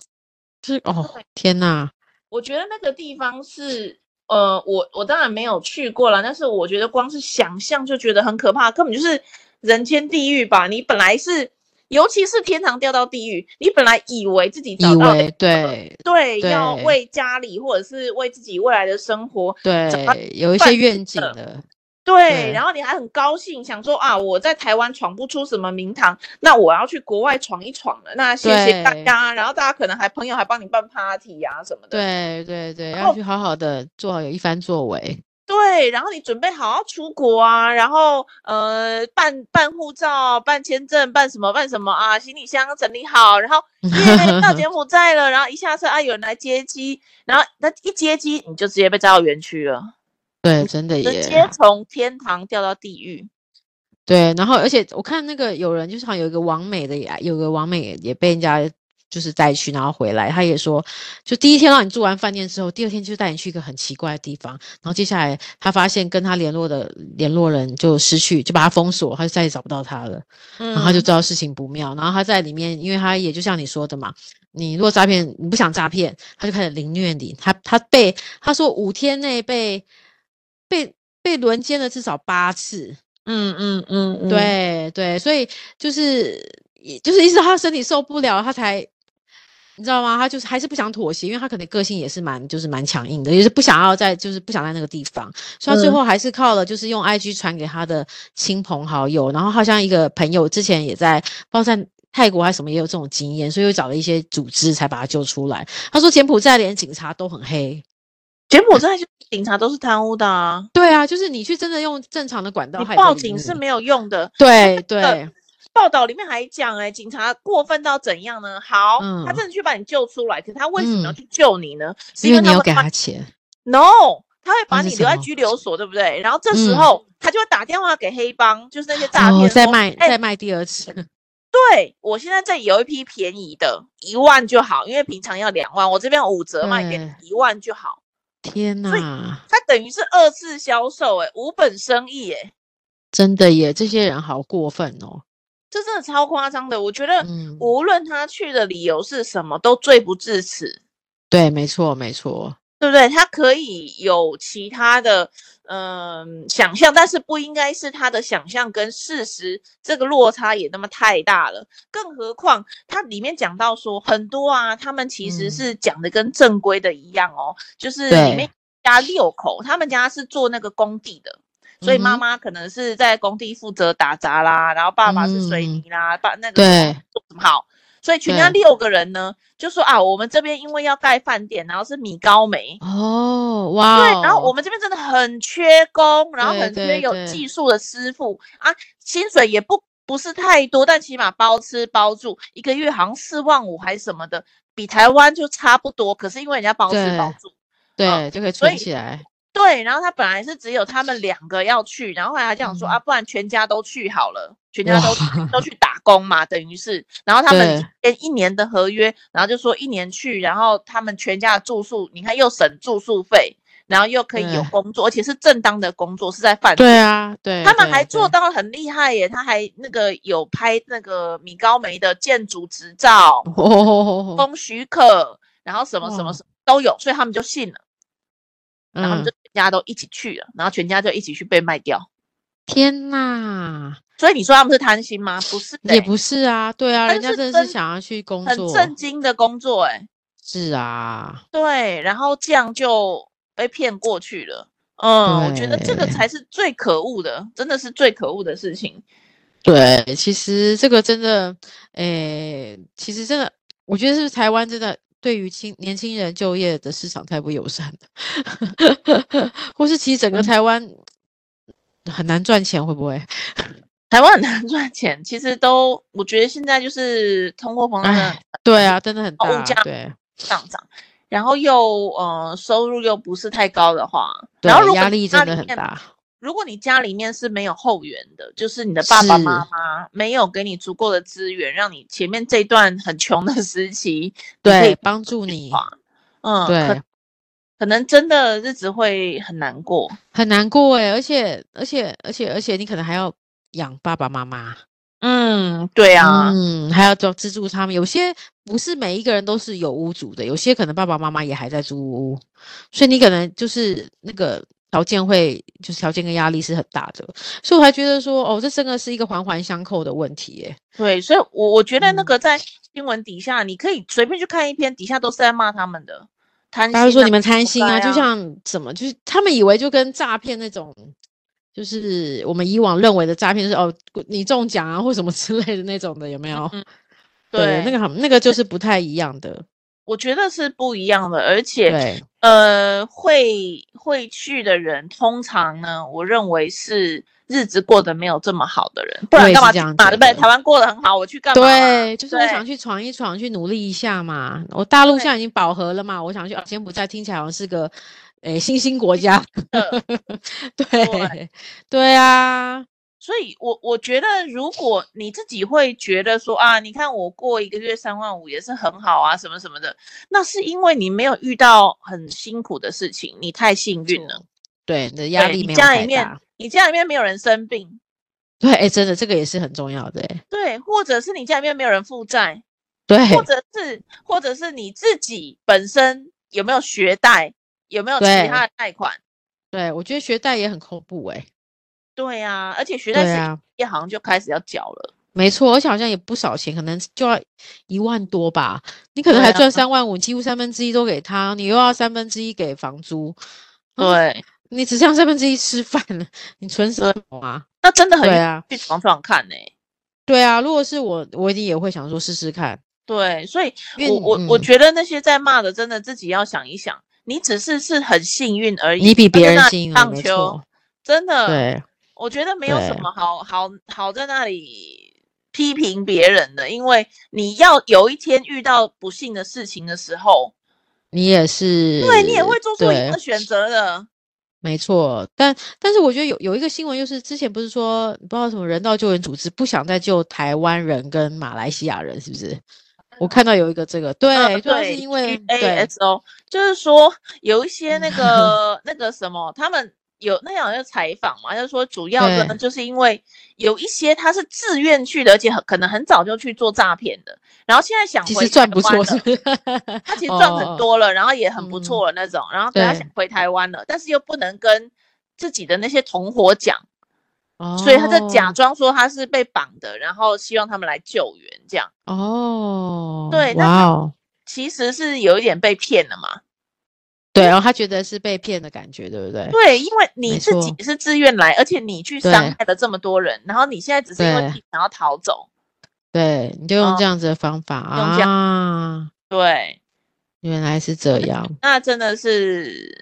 [SPEAKER 1] 是哦，天哪，
[SPEAKER 2] 我觉得那个地方是，呃，我我当然没有去过了，但是我觉得光是想象就觉得很可怕，根本就是人间地狱吧？你本来是，尤其是天堂掉到地狱，你本来以为自己找
[SPEAKER 1] 以
[SPEAKER 2] 到了
[SPEAKER 1] 为对
[SPEAKER 2] 对，要
[SPEAKER 1] 对
[SPEAKER 2] 为家里或者是为自己未来的生活，到
[SPEAKER 1] 对，有一
[SPEAKER 2] 饭
[SPEAKER 1] 些
[SPEAKER 2] 吃
[SPEAKER 1] 愿景
[SPEAKER 2] 的
[SPEAKER 1] 的，对
[SPEAKER 2] 对，然后你还很高兴，想说啊，我在台湾闯不出什么名堂，那我要去国外闯一闯了。那谢谢大
[SPEAKER 1] 对
[SPEAKER 2] 家，然后大家可能还朋友还帮你办 party 呀、什么的。
[SPEAKER 1] 对对对，
[SPEAKER 2] 然
[SPEAKER 1] 要
[SPEAKER 2] 后
[SPEAKER 1] 去好好的做好有一番作为，
[SPEAKER 2] 对，然后你准备好要出国啊，然后呃办办护照、办签证、办什么办什么啊，行李箱整理好，然后耶到柬埔寨了，然后一下车啊有人来接机，然后那一接机你就直接被载到园区了，
[SPEAKER 1] 对，真的
[SPEAKER 2] 直接
[SPEAKER 1] 耶，
[SPEAKER 2] 从天堂掉到地狱。
[SPEAKER 1] 对。然后，而且我看那个有人就是好像有一个王美的也，有个王美也也被人家就是带去，然后回来，他也说，就第一天让你住完饭店之后，第二天就带你去一个很奇怪的地方，然后接下来他发现跟他联络的联络人就失去，就把他封锁，他就再也找不到他了。
[SPEAKER 2] 嗯
[SPEAKER 1] 然后他就知道事情不妙，然后他在里面，因为他也就像你说的嘛，你如果诈骗，你不想诈骗，他就开始凌虐你。他他被他说五天内被被被轮奸了至少八次，
[SPEAKER 2] 嗯嗯嗯，嗯，
[SPEAKER 1] 对对，所以就是也就是意思他身体受不了，他才。你知道吗？他就是还是不想妥协，因为他可能个性也是蛮就是蛮强硬的，也是不想要在就是不想在那个地方，所以他最
[SPEAKER 2] 嗯
[SPEAKER 1] 后还是靠了就是用 IG 传给他的亲朋好友，然后好像一个朋友之前也在不知道在泰国还是什么也有这种经验，所以又找了一些组织才把他救出来。他说柬埔寨连警察都很黑，
[SPEAKER 2] 柬埔寨就警察都是贪污的啊，
[SPEAKER 1] 对啊，就是你去真的用正常的管道，
[SPEAKER 2] 你
[SPEAKER 1] 他也不
[SPEAKER 2] 报
[SPEAKER 1] 理
[SPEAKER 2] 警是
[SPEAKER 1] 你
[SPEAKER 2] 没有用的，
[SPEAKER 1] 对
[SPEAKER 2] 那
[SPEAKER 1] 对
[SPEAKER 2] 个报道里面还讲、欸，哎，警察过分到怎样呢？好，他
[SPEAKER 1] 嗯
[SPEAKER 2] 真的去把你救出来，可是他为什么要
[SPEAKER 1] 嗯
[SPEAKER 2] 去救你呢？是
[SPEAKER 1] 因为
[SPEAKER 2] 为
[SPEAKER 1] 你
[SPEAKER 2] 他
[SPEAKER 1] 有
[SPEAKER 2] 们
[SPEAKER 1] 给
[SPEAKER 2] 怕
[SPEAKER 1] 他钱。
[SPEAKER 2] no，他会把
[SPEAKER 1] 是
[SPEAKER 2] 你
[SPEAKER 1] 什
[SPEAKER 2] 留在
[SPEAKER 1] 么
[SPEAKER 2] 拘留所，对不对？然后这时
[SPEAKER 1] 嗯
[SPEAKER 2] 候、他就会打电话给黑帮，就是那些诈
[SPEAKER 1] 哦，
[SPEAKER 2] 骗说，
[SPEAKER 1] 再卖
[SPEAKER 2] 哎
[SPEAKER 1] 再卖第二次，
[SPEAKER 2] 对我现在这里有一批便宜的，一万就好，因为平常要两万，我这边五折卖给你一万就好。
[SPEAKER 1] 天
[SPEAKER 2] 所以
[SPEAKER 1] 哪，
[SPEAKER 2] 他等于是二次销售、欸，哎，无本生意、欸，哎，
[SPEAKER 1] 真的耶，这些人好过分哦。
[SPEAKER 2] 这真的超夸张的。我觉得
[SPEAKER 1] 嗯，
[SPEAKER 2] 无论他去的理由是什么，都罪不至此。
[SPEAKER 1] 对，没错没错，
[SPEAKER 2] 对不对？他可以有其他的嗯、想象，但是不应该是他的想象跟事实这个落差也那么太大了。更何况他里面讲到说很多啊，他们其实
[SPEAKER 1] 嗯
[SPEAKER 2] 是讲的跟正规的一样哦，就是里面
[SPEAKER 1] 对
[SPEAKER 2] 家六口，他们家是做那个工地的。所以
[SPEAKER 1] 嗯
[SPEAKER 2] 妈
[SPEAKER 1] 哼
[SPEAKER 2] 妈可能是在工地负责打杂啦，然后爸爸是水
[SPEAKER 1] 嗯
[SPEAKER 2] 泥啦，爸那个什么
[SPEAKER 1] 对
[SPEAKER 2] 做什么好，所以全家
[SPEAKER 1] 对
[SPEAKER 2] 六个人呢，就说啊，我们这边因为要盖饭店，然后是米高梅，
[SPEAKER 1] 哦，哇
[SPEAKER 2] 对
[SPEAKER 1] 哦，，
[SPEAKER 2] 然后我们这边真的很缺工，然后
[SPEAKER 1] 对
[SPEAKER 2] 很缺
[SPEAKER 1] 对
[SPEAKER 2] 有
[SPEAKER 1] 对
[SPEAKER 2] 技术的师傅啊，薪水也不不是太多，但起码包吃包住，一个月好像四万五还是什么的，比台湾就差不多。可是因为人家包吃包
[SPEAKER 1] 对
[SPEAKER 2] 住，
[SPEAKER 1] 对
[SPEAKER 2] 嗯
[SPEAKER 1] 就可以
[SPEAKER 2] 所
[SPEAKER 1] 存
[SPEAKER 2] 以
[SPEAKER 1] 起来，
[SPEAKER 2] 对，然后他本来是只有他们两个要去，然后后来他讲说、
[SPEAKER 1] 嗯
[SPEAKER 2] 啊，不然全家都去好了，全家都去
[SPEAKER 1] 哇
[SPEAKER 2] 都去打工嘛，等于是，然后他们
[SPEAKER 1] 对
[SPEAKER 2] 签一年的合约，然后就说一年去，然后他们全家的住宿，你看又省住宿费，然后又可以有
[SPEAKER 1] 对
[SPEAKER 2] 工作，而且是正当的工作，是在饭
[SPEAKER 1] 对
[SPEAKER 2] 店。
[SPEAKER 1] 啊，对，
[SPEAKER 2] 他们
[SPEAKER 1] 对
[SPEAKER 2] 还做
[SPEAKER 1] 对
[SPEAKER 2] 到很厉害耶，他还那个有拍那个米高梅的建筑执照、
[SPEAKER 1] 哦，
[SPEAKER 2] 工许可，然后什么什
[SPEAKER 1] 哇
[SPEAKER 2] 么什么都有，所以他们就信了。然后我
[SPEAKER 1] 嗯
[SPEAKER 2] 们就全家都一起去了，然后全家就一起去被卖掉。
[SPEAKER 1] 天呐，
[SPEAKER 2] 所以你说他们是贪心吗？不是、欸，
[SPEAKER 1] 也不是啊，对啊，
[SPEAKER 2] 但
[SPEAKER 1] 人家
[SPEAKER 2] 是
[SPEAKER 1] 真的
[SPEAKER 2] 真
[SPEAKER 1] 是想要去工
[SPEAKER 2] 很
[SPEAKER 1] 作，
[SPEAKER 2] 正经的工作、欸，哎，
[SPEAKER 1] 是啊，
[SPEAKER 2] 对，然后这样就被骗过去了。嗯，我觉得这个
[SPEAKER 1] 对
[SPEAKER 2] 才是最可恶的，真的是最可恶的事情。
[SPEAKER 1] 对，其实这个真的，诶，其实真的，我觉得是不是台湾真的对于青年轻人就业的市场太不友善了， 或是其实整个
[SPEAKER 2] 嗯
[SPEAKER 1] 台湾很难赚钱，会不会？
[SPEAKER 2] 台湾很难赚钱，其实都我觉得现在就是通货膨胀真的
[SPEAKER 1] 唉对啊，真的很
[SPEAKER 2] 哦物
[SPEAKER 1] 大，
[SPEAKER 2] 价
[SPEAKER 1] 对
[SPEAKER 2] 上涨，然后又呃收入又不是太高的话，
[SPEAKER 1] 对
[SPEAKER 2] 然后如，果
[SPEAKER 1] 压
[SPEAKER 2] 你
[SPEAKER 1] 力
[SPEAKER 2] 家
[SPEAKER 1] 真的
[SPEAKER 2] 里
[SPEAKER 1] 很
[SPEAKER 2] 面
[SPEAKER 1] 大，
[SPEAKER 2] 如果你家里面是没有后援的，就是你的爸爸
[SPEAKER 1] 是
[SPEAKER 2] 妈妈没有给你足够的资源，让你前面这段很穷的时期，你可以
[SPEAKER 1] 对，帮助你，
[SPEAKER 2] 花嗯，可
[SPEAKER 1] 对，
[SPEAKER 2] 可能真的日子会很难过。
[SPEAKER 1] 很难过诶，而且而且而且而且你可能还要养爸爸妈妈。
[SPEAKER 2] 嗯，对啊，
[SPEAKER 1] 嗯，还要找资助他们。有些不是每一个人都是有屋主的，有些可能爸爸妈妈也还在租屋，所以你可能就是那个条件会，就是条件跟压力是很大的。所以我还觉得说，哦，这真的是一个环环相扣的问题耶。
[SPEAKER 2] 对，所以我我觉得那
[SPEAKER 1] 嗯
[SPEAKER 2] 个在新闻底下，你可以随便去看一篇，底下都是在骂他们的贪心、
[SPEAKER 1] 大
[SPEAKER 2] 啊。
[SPEAKER 1] 家说你们贪心啊，
[SPEAKER 2] 该
[SPEAKER 1] 就
[SPEAKER 2] 啊
[SPEAKER 1] 像怎么，就是他们以为就跟诈骗那种。就是我们以往认为的诈骗是哦，你中奖啊或什么之类的那种的，有没有？
[SPEAKER 2] 嗯
[SPEAKER 1] 对，
[SPEAKER 2] 对，
[SPEAKER 1] 那个很那个就是不太一样的。
[SPEAKER 2] 我觉得是不一样的，而且
[SPEAKER 1] 对，
[SPEAKER 2] 呃，会会去的人，通常呢，我认为是日子过得没有这么好的人，不
[SPEAKER 1] 我
[SPEAKER 2] 然
[SPEAKER 1] 也
[SPEAKER 2] 干
[SPEAKER 1] 是
[SPEAKER 2] 嘛
[SPEAKER 1] 这
[SPEAKER 2] 去
[SPEAKER 1] 样
[SPEAKER 2] 嘛？
[SPEAKER 1] 觉
[SPEAKER 2] 对不对？
[SPEAKER 1] 得
[SPEAKER 2] 台湾过得很好，我去干嘛嘛？
[SPEAKER 1] 对，就是我想
[SPEAKER 2] 对
[SPEAKER 1] 去闯一闯，去努力一下嘛。我大陆
[SPEAKER 2] 对
[SPEAKER 1] 现在已经饱和了嘛，我想去啊柬埔寨，听起来好像是个诶新兴国家。
[SPEAKER 2] 呃
[SPEAKER 1] 对，对啊，
[SPEAKER 2] 所以我我觉得，如果你自己会觉得说啊，你看我过一个月三万五也是很好啊，什么什么的，那是因为你没有遇到很辛苦的事情，你太幸运了。
[SPEAKER 1] 对，你的压
[SPEAKER 2] 对
[SPEAKER 1] 力
[SPEAKER 2] 你
[SPEAKER 1] 没有
[SPEAKER 2] 家
[SPEAKER 1] 太
[SPEAKER 2] 里面
[SPEAKER 1] 大。
[SPEAKER 2] 你家里面没有人生病，
[SPEAKER 1] 对，诶真的这个也是很重要的。诶
[SPEAKER 2] 对，或者是你家里面没有人负债，
[SPEAKER 1] 对，
[SPEAKER 2] 或者是或者是你自己本身有没有学贷，有没有其
[SPEAKER 1] 对
[SPEAKER 2] 他的贷款？
[SPEAKER 1] 对，我觉得学贷也很恐怖诶。
[SPEAKER 2] 对呀、啊，而且学贷
[SPEAKER 1] 对
[SPEAKER 2] 是
[SPEAKER 1] 啊，
[SPEAKER 2] 一行就开始要缴了。
[SPEAKER 1] 没错，而且好像也不少钱，可能就要一万多吧。你可能
[SPEAKER 2] 对
[SPEAKER 1] 还
[SPEAKER 2] 啊
[SPEAKER 1] 赚三万五，几乎三分之一都给他，你又要三分之一给房租，啊
[SPEAKER 2] 对，
[SPEAKER 1] 你只剩三分之一吃饭了，你存什么啊？
[SPEAKER 2] 那真的很
[SPEAKER 1] 对啊，
[SPEAKER 2] 去闯闯看呢、
[SPEAKER 1] 对啊，如果是我，我一定也会想说试试看。
[SPEAKER 2] 对，所以
[SPEAKER 1] 因为
[SPEAKER 2] 我我我
[SPEAKER 1] 嗯
[SPEAKER 2] 觉得那些在骂的，真的自己要想一想，你只是是很幸运而已。
[SPEAKER 1] 你比
[SPEAKER 2] 他
[SPEAKER 1] 别
[SPEAKER 2] 在
[SPEAKER 1] 人
[SPEAKER 2] 那里
[SPEAKER 1] 幸运
[SPEAKER 2] 荡
[SPEAKER 1] 没
[SPEAKER 2] 秋嗯
[SPEAKER 1] 错，
[SPEAKER 2] 真的，
[SPEAKER 1] 对
[SPEAKER 2] 我觉得没有什
[SPEAKER 1] 对
[SPEAKER 2] 么好好好在那里批评别人的，因为你要有一天遇到不幸的事情的时候，
[SPEAKER 1] 你也是，
[SPEAKER 2] 对你也会做出一
[SPEAKER 1] 对
[SPEAKER 2] 样的，选择的。
[SPEAKER 1] 没错。但但是我觉得有有一个新闻，就是之前不是说不知道什么人道救援组织不想再救台湾人跟马来西亚人，是不是？我看到有一个这个，对，
[SPEAKER 2] 嗯
[SPEAKER 1] 主要是
[SPEAKER 2] 对
[SPEAKER 1] 因为对
[SPEAKER 2] ASO 就是说有一些那
[SPEAKER 1] 嗯
[SPEAKER 2] 个那个什么，他们有那样就采访嘛，就是说主要
[SPEAKER 1] 对
[SPEAKER 2] 的就是因为有一些他是自愿去的，而且很可能很早就去做诈骗的，然后现在想
[SPEAKER 1] 其
[SPEAKER 2] 回
[SPEAKER 1] 实赚
[SPEAKER 2] 台
[SPEAKER 1] 不错，
[SPEAKER 2] 湾了
[SPEAKER 1] 是 不是？
[SPEAKER 2] 他其实赚
[SPEAKER 1] 哦
[SPEAKER 2] 很多了，然后也很不
[SPEAKER 1] 嗯
[SPEAKER 2] 错了那种，然后可他想
[SPEAKER 1] 对
[SPEAKER 2] 回台湾了，但是又不能跟自己的那些同伙讲，
[SPEAKER 1] 哦，
[SPEAKER 2] 所以他就假装说他是被绑的，然后希望他们来救援这样。
[SPEAKER 1] 哦，
[SPEAKER 2] 对那
[SPEAKER 1] 哇哦，
[SPEAKER 2] 其实是有一点被骗了嘛，
[SPEAKER 1] 对，然后他觉得是被骗的感觉，对不对？
[SPEAKER 2] 对，因为你
[SPEAKER 1] 哎没
[SPEAKER 2] 自己是自愿来，而且你去伤
[SPEAKER 1] 对
[SPEAKER 2] 害了这么多人，然后你现在只是因为
[SPEAKER 1] 对
[SPEAKER 2] 自己想要逃走，
[SPEAKER 1] 对，你就用
[SPEAKER 2] 嗯
[SPEAKER 1] 这样子的方法
[SPEAKER 2] 用这样
[SPEAKER 1] 啊。
[SPEAKER 2] 对，
[SPEAKER 1] 原来是这样，
[SPEAKER 2] 那真的是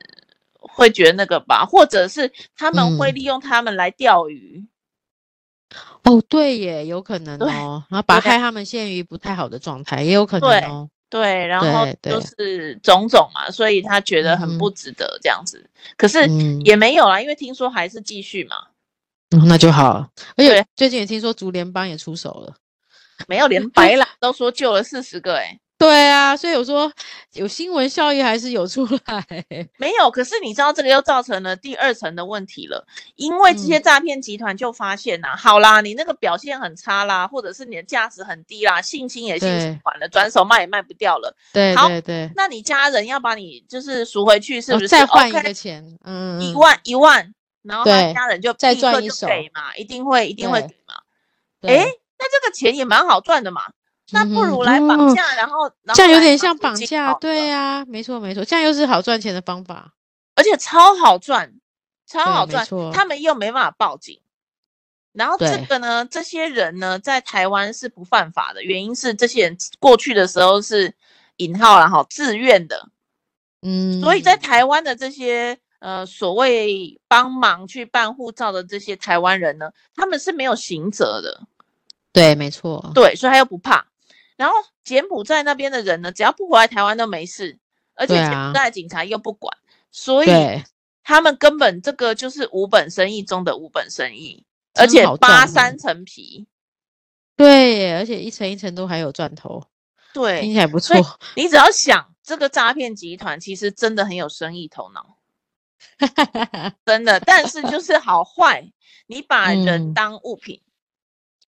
[SPEAKER 2] 会觉得那个吧，或者是他们会
[SPEAKER 1] 嗯
[SPEAKER 2] 利用他们来钓鱼，
[SPEAKER 1] 哦，对耶，有可能
[SPEAKER 2] 对
[SPEAKER 1] 哦，然后把
[SPEAKER 2] 对
[SPEAKER 1] 害他们陷于不太好的状态，也有可能
[SPEAKER 2] 对
[SPEAKER 1] 哦。
[SPEAKER 2] 对，然后
[SPEAKER 1] 对
[SPEAKER 2] 就
[SPEAKER 1] 对
[SPEAKER 2] 是种种嘛，所以他觉得很不值得这样子，可是
[SPEAKER 1] 嗯，
[SPEAKER 2] 也没有啦，因为听说还是继续嘛，
[SPEAKER 1] 哦那就好了。而且
[SPEAKER 2] 对
[SPEAKER 1] 最近也听说竹联帮也出手了，
[SPEAKER 2] 没有连白兰都说救了四十个、欸，哎，
[SPEAKER 1] 对啊，所以我说有新闻效益还是有出来。
[SPEAKER 2] 没有，可是你知道这个又造成了第二层的问题了，因为这
[SPEAKER 1] 嗯
[SPEAKER 2] 些诈骗集团就发现呐、好啦，你那个表现很差啦，或者是你的价值很低啦，性侵也性侵
[SPEAKER 1] 对
[SPEAKER 2] 完了，转手卖也卖不掉了，
[SPEAKER 1] 对
[SPEAKER 2] 好
[SPEAKER 1] 对对，
[SPEAKER 2] 那你家人要把你就是赎回去，是
[SPEAKER 1] 哦
[SPEAKER 2] 不是？
[SPEAKER 1] 再换一
[SPEAKER 2] OK，
[SPEAKER 1] 个钱，嗯，
[SPEAKER 2] 一
[SPEAKER 1] 嗯，
[SPEAKER 2] 万一万，然后他
[SPEAKER 1] 对
[SPEAKER 2] 家人就
[SPEAKER 1] 再
[SPEAKER 2] 立刻
[SPEAKER 1] 赚一
[SPEAKER 2] 就
[SPEAKER 1] 手
[SPEAKER 2] 给嘛，一定会一定会
[SPEAKER 1] 对
[SPEAKER 2] 给嘛。
[SPEAKER 1] 对
[SPEAKER 2] 诶那这个钱也蛮好赚的嘛，那不
[SPEAKER 1] 嗯
[SPEAKER 2] 如
[SPEAKER 1] 哼
[SPEAKER 2] 来绑
[SPEAKER 1] 哦
[SPEAKER 2] 架，然后然
[SPEAKER 1] 这样
[SPEAKER 2] 后
[SPEAKER 1] 有
[SPEAKER 2] 来
[SPEAKER 1] 点
[SPEAKER 2] 把
[SPEAKER 1] 像
[SPEAKER 2] 赎
[SPEAKER 1] 绑
[SPEAKER 2] 金
[SPEAKER 1] 架，
[SPEAKER 2] 好了
[SPEAKER 1] 对呀、没错没错，这样又是好赚钱的方法，
[SPEAKER 2] 而且超好赚，
[SPEAKER 1] 对
[SPEAKER 2] 超好
[SPEAKER 1] 没
[SPEAKER 2] 赚
[SPEAKER 1] 错，
[SPEAKER 2] 他们又没办法报警。然后这
[SPEAKER 1] 对
[SPEAKER 2] 个呢，这些人呢，在台湾是不犯法的，原因是这些人过去的时候是引号然后自愿的，
[SPEAKER 1] 嗯，
[SPEAKER 2] 所以在台湾的这些呃所谓帮忙去办护照的这些台湾人呢，他们是没有刑责的，
[SPEAKER 1] 对，没错，
[SPEAKER 2] 对，所以他又不怕。然后柬埔寨那边的人呢，只要不回来台湾都没事，而且
[SPEAKER 1] 对
[SPEAKER 2] 柬
[SPEAKER 1] 啊
[SPEAKER 2] 埔寨的警察又不管，所以
[SPEAKER 1] 对，
[SPEAKER 2] 他们根本这个就是无本生意中的无本生意，而
[SPEAKER 1] 真
[SPEAKER 2] 且
[SPEAKER 1] 好
[SPEAKER 2] 扒
[SPEAKER 1] 赚哦
[SPEAKER 2] 三层皮。
[SPEAKER 1] 对耶，而且一层一层都还有赚头，听
[SPEAKER 2] 对
[SPEAKER 1] 起来不错
[SPEAKER 2] 所以。你只要想，这个诈骗集团其实真的很有生意头脑，真的。但是就是好坏，你把人
[SPEAKER 1] 嗯
[SPEAKER 2] 当物品，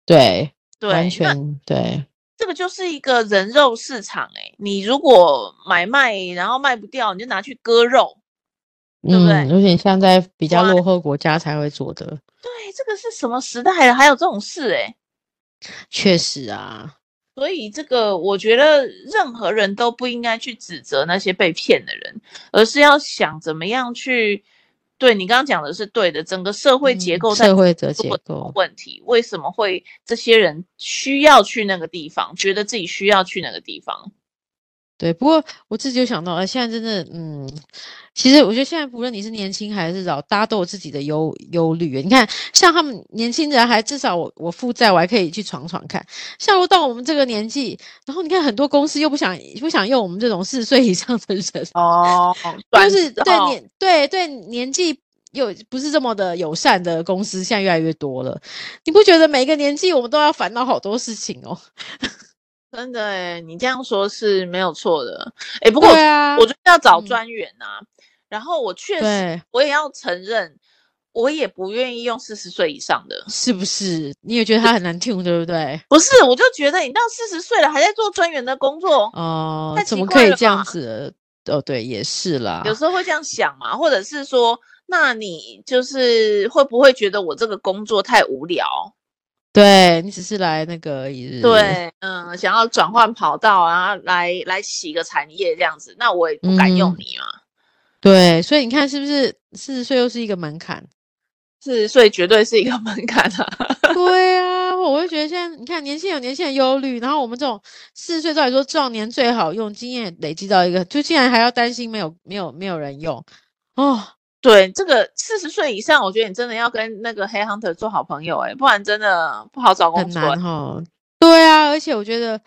[SPEAKER 1] 对，完
[SPEAKER 2] 对，那
[SPEAKER 1] 全对，
[SPEAKER 2] 这个就是一个人肉市场、欸。你如果买卖然后卖不掉，你就拿去割肉。对不对
[SPEAKER 1] 嗯，有点像在比较
[SPEAKER 2] 哇
[SPEAKER 1] 落后国家才会做的，
[SPEAKER 2] 对，这个是什么时代了？还有这种事、欸？
[SPEAKER 1] 确实啊，
[SPEAKER 2] 所以这个，我觉得任何人都不应该去指责那些被骗的人，而是要想怎么样去。对你刚刚讲的是对的，整个社会结
[SPEAKER 1] 嗯
[SPEAKER 2] 构在
[SPEAKER 1] 社会的
[SPEAKER 2] 出
[SPEAKER 1] 结
[SPEAKER 2] 了什么
[SPEAKER 1] 构，
[SPEAKER 2] 问题，为什么会这些人需要去那个地方，觉得自己需要去那个地方？
[SPEAKER 1] 对，不过我自己有想到，哎，现在真的，嗯，其实我觉得现在不论你是年轻还是老，大家都有自己的忧忧虑。你看，像他们年轻人还至少我我负债，我还可以去闯闯看。像如到我们这个年纪，然后你看很多公司又不想不想用我们这种四十岁以上的人，
[SPEAKER 2] 哦，
[SPEAKER 1] 就
[SPEAKER 2] 转
[SPEAKER 1] 是
[SPEAKER 2] 职
[SPEAKER 1] 对
[SPEAKER 2] 哦
[SPEAKER 1] 年对对年纪有不是这么的友善的公司，现在越来越多了。你不觉得每一个年纪我们都要烦恼好多事情哦？
[SPEAKER 2] 真的哎，你这样说是没有错的。哎，不过我
[SPEAKER 1] 对啊，
[SPEAKER 2] 我觉得要找
[SPEAKER 1] 嗯
[SPEAKER 2] 专员啊。然后我确实，
[SPEAKER 1] 对。
[SPEAKER 2] 我也要承认，我也不愿意用四十岁以上的。
[SPEAKER 1] 是不是？你也觉得他很难听，对不对？
[SPEAKER 2] 不是，我就觉得你到四十岁了还在做专员的工作，
[SPEAKER 1] 哦、
[SPEAKER 2] 太
[SPEAKER 1] 怎
[SPEAKER 2] 奇
[SPEAKER 1] 么
[SPEAKER 2] 怪
[SPEAKER 1] 可以
[SPEAKER 2] 了
[SPEAKER 1] 这样
[SPEAKER 2] 吧
[SPEAKER 1] 子？哦，对，也是啦。
[SPEAKER 2] 有时候会这样想嘛，或者是说，那你就是会不会觉得我这个工作太无聊？
[SPEAKER 1] 对你只是来那个而已，，
[SPEAKER 2] 对，嗯，想要转换跑道啊，来来洗个产业这样子，那我也不敢用
[SPEAKER 1] 嗯
[SPEAKER 2] 你嘛。
[SPEAKER 1] 对，所以你看是不是四十岁又是一个门槛？
[SPEAKER 2] 四十岁绝对是一个 门槛啊。
[SPEAKER 1] 对啊，我会觉得现在你看年轻人有年轻人忧虑，然后我们这种四十岁，照理说壮年最好用，经验累积到一个，就竟然还要担心没有没有没有人用，哦，
[SPEAKER 2] 对，这个四十岁以上，我觉得你真的要跟那个黑 hunter 做好朋友、欸，不然真的不好找工
[SPEAKER 1] 很
[SPEAKER 2] 作欸、
[SPEAKER 1] 难哈。对啊，而且我觉得，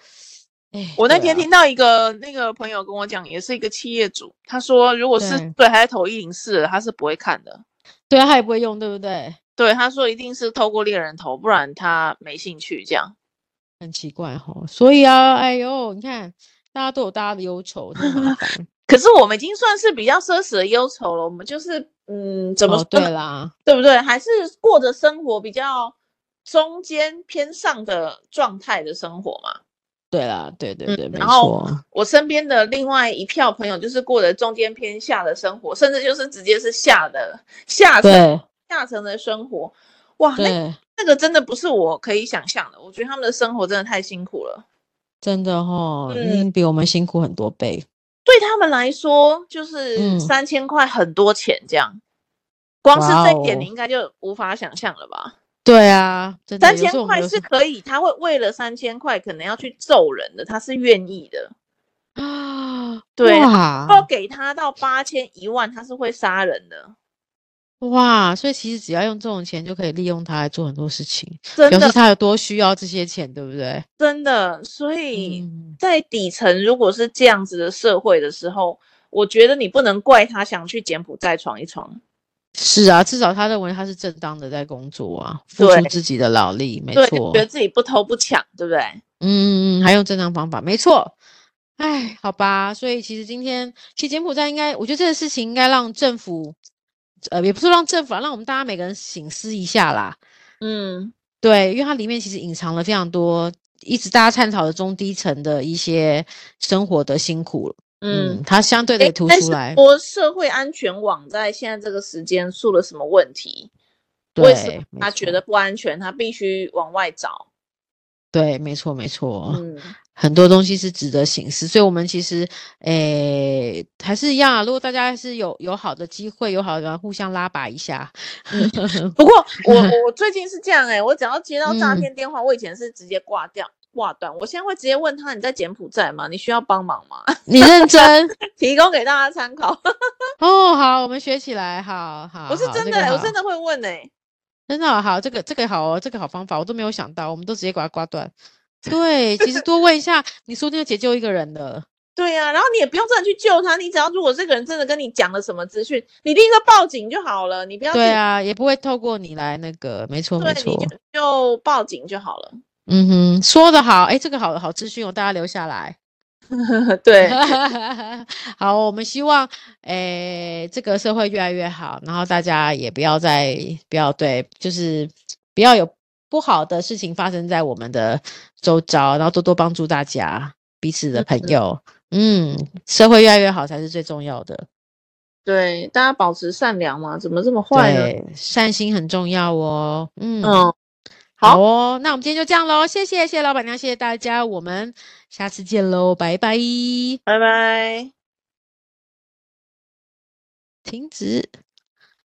[SPEAKER 1] 哎，
[SPEAKER 2] 我那
[SPEAKER 1] 对
[SPEAKER 2] 天
[SPEAKER 1] 啊
[SPEAKER 2] 听到一个那个朋友跟我讲，也是一个企业主，他说如果是
[SPEAKER 1] 对
[SPEAKER 2] 对还在投一零四，他是不会看的。
[SPEAKER 1] 对啊，他也不会用，对不对？
[SPEAKER 2] 对，他说一定是透过猎人投，不然他没兴趣这样。
[SPEAKER 1] 很奇怪哈，所以啊，哎呦，你看，大家都有大家的忧愁，真的麻 烦。
[SPEAKER 2] 可是我们已经算是比较奢侈的忧愁了，我们就是嗯，怎么
[SPEAKER 1] 哦
[SPEAKER 2] 说，
[SPEAKER 1] 对
[SPEAKER 2] 呢
[SPEAKER 1] 啦，
[SPEAKER 2] 对不对？还是过着生活比较中间偏上的状态的生活嘛。
[SPEAKER 1] 对啦，对对
[SPEAKER 2] 嗯
[SPEAKER 1] 对，没
[SPEAKER 2] 然后
[SPEAKER 1] 错，
[SPEAKER 2] 我身边的另外一票朋友，就是过着中间偏下的生活，甚至就是直接是下的下层
[SPEAKER 1] 对
[SPEAKER 2] 下层的生活，哇，那
[SPEAKER 1] 对，
[SPEAKER 2] 那个真的不是我可以想象的。我觉得他们的生活真的太辛苦了。
[SPEAKER 1] 真的哈，
[SPEAKER 2] 嗯
[SPEAKER 1] 一定比我们辛苦很多倍。
[SPEAKER 2] 对他们来说，就是
[SPEAKER 1] 嗯
[SPEAKER 2] 三千块很多钱这样，光是这一点
[SPEAKER 1] 哇哦
[SPEAKER 2] 你应该就无法想象了吧？
[SPEAKER 1] 对啊，真的，
[SPEAKER 2] 三
[SPEAKER 1] 有时
[SPEAKER 2] 千
[SPEAKER 1] 候我们
[SPEAKER 2] 块
[SPEAKER 1] 就是
[SPEAKER 2] 可以，他会为了三千块可能要去揍人的，他是愿意的。
[SPEAKER 1] 啊，
[SPEAKER 2] 对要
[SPEAKER 1] 哇
[SPEAKER 2] 给他到八千一万，他是会杀人的。
[SPEAKER 1] 哇，所以其实只要用这种钱就可以利用它来做很多事情，
[SPEAKER 2] 真
[SPEAKER 1] 表示
[SPEAKER 2] 的
[SPEAKER 1] 他有多需要这些钱，对不对？
[SPEAKER 2] 真的，所以
[SPEAKER 1] 嗯，
[SPEAKER 2] 在底层如果是这样子的社会的时候，我觉得你不能怪他想去柬埔寨闯一闯。
[SPEAKER 1] 是啊，至少他认为他是正当的在工作啊，付
[SPEAKER 2] 对
[SPEAKER 1] 出自己的劳力，没
[SPEAKER 2] 对，
[SPEAKER 1] 错嗯
[SPEAKER 2] 觉。得自己不偷不抢，对不对？
[SPEAKER 1] 嗯，还用正当方法，没错。哎，好吧，所以其实今天其实柬埔寨应该，我觉得这个事情应该让政府，呃，也不是让政府啊，让我们大家每个人醒思一下啦。
[SPEAKER 2] 嗯，
[SPEAKER 1] 对，因为它里面其实隐藏了非常多一直大家探讨的中低层的一些生活的辛苦。
[SPEAKER 2] 嗯，
[SPEAKER 1] 它相对的
[SPEAKER 2] 诶
[SPEAKER 1] 也突
[SPEAKER 2] 但
[SPEAKER 1] 出
[SPEAKER 2] 是
[SPEAKER 1] 来。
[SPEAKER 2] 说社会安全网在现在这个时间出了什么问题？为什
[SPEAKER 1] 对
[SPEAKER 2] 么，
[SPEAKER 1] 没
[SPEAKER 2] 他觉
[SPEAKER 1] 错
[SPEAKER 2] 得不安全，他必须往外找？
[SPEAKER 1] 对，没错，没错。
[SPEAKER 2] 嗯，
[SPEAKER 1] 很多东西是值得醒思，所以我们其实，诶、还是一样啊。如果大家是有有好的机会，有好的互相拉拔一下，
[SPEAKER 2] 不 过我我我最近是这样哎、我只要接到诈
[SPEAKER 1] 嗯
[SPEAKER 2] 骗电话，我以前是直接挂掉挂断，我现在会直接问他你在柬埔寨吗？你需要帮忙吗？
[SPEAKER 1] 你认真
[SPEAKER 2] 提供给大家参考。
[SPEAKER 1] 哦。好，我们学起来，好好。
[SPEAKER 2] 我是
[SPEAKER 1] 好
[SPEAKER 2] 真
[SPEAKER 1] 这
[SPEAKER 2] 的、
[SPEAKER 1] 个
[SPEAKER 2] 欸，我
[SPEAKER 1] 好
[SPEAKER 2] 真的会问哎、
[SPEAKER 1] 真的好，这个这个好哦，这个好方法，我都没有想到，我们都直接把它挂断。对，其实多问一下，你说不定就解救一个人了。
[SPEAKER 2] 对呀、然后你也不用真的去救他，你只要如果这个人真的跟你讲了什么资讯，你立刻报警就好了，你不要去
[SPEAKER 1] 对啊，也不会透过你来那个，没错没
[SPEAKER 2] 对，你
[SPEAKER 1] 错
[SPEAKER 2] 就。就报警就好了。
[SPEAKER 1] 嗯哼，说的好，哎，这个好好资讯哦，大家留下来。
[SPEAKER 2] 对，
[SPEAKER 1] 好，我们希望，诶、这个社会越来越好，然后大家也不要再不要对，就是不要有不好的事情发生在我们的周遭，然后多多帮助大家彼此的朋
[SPEAKER 2] 嗯
[SPEAKER 1] 友，嗯，社会越来越好才是最重要的，
[SPEAKER 2] 对，大家保持善良嘛，怎么这么坏呢？
[SPEAKER 1] 对，善心很重要哦，嗯，
[SPEAKER 2] 嗯，
[SPEAKER 1] 好
[SPEAKER 2] 好
[SPEAKER 1] 哦，那我们今天就这样喽，谢谢，谢谢老板娘，谢谢大家，我们下次见喽，拜拜，
[SPEAKER 2] 拜拜。
[SPEAKER 1] 停止。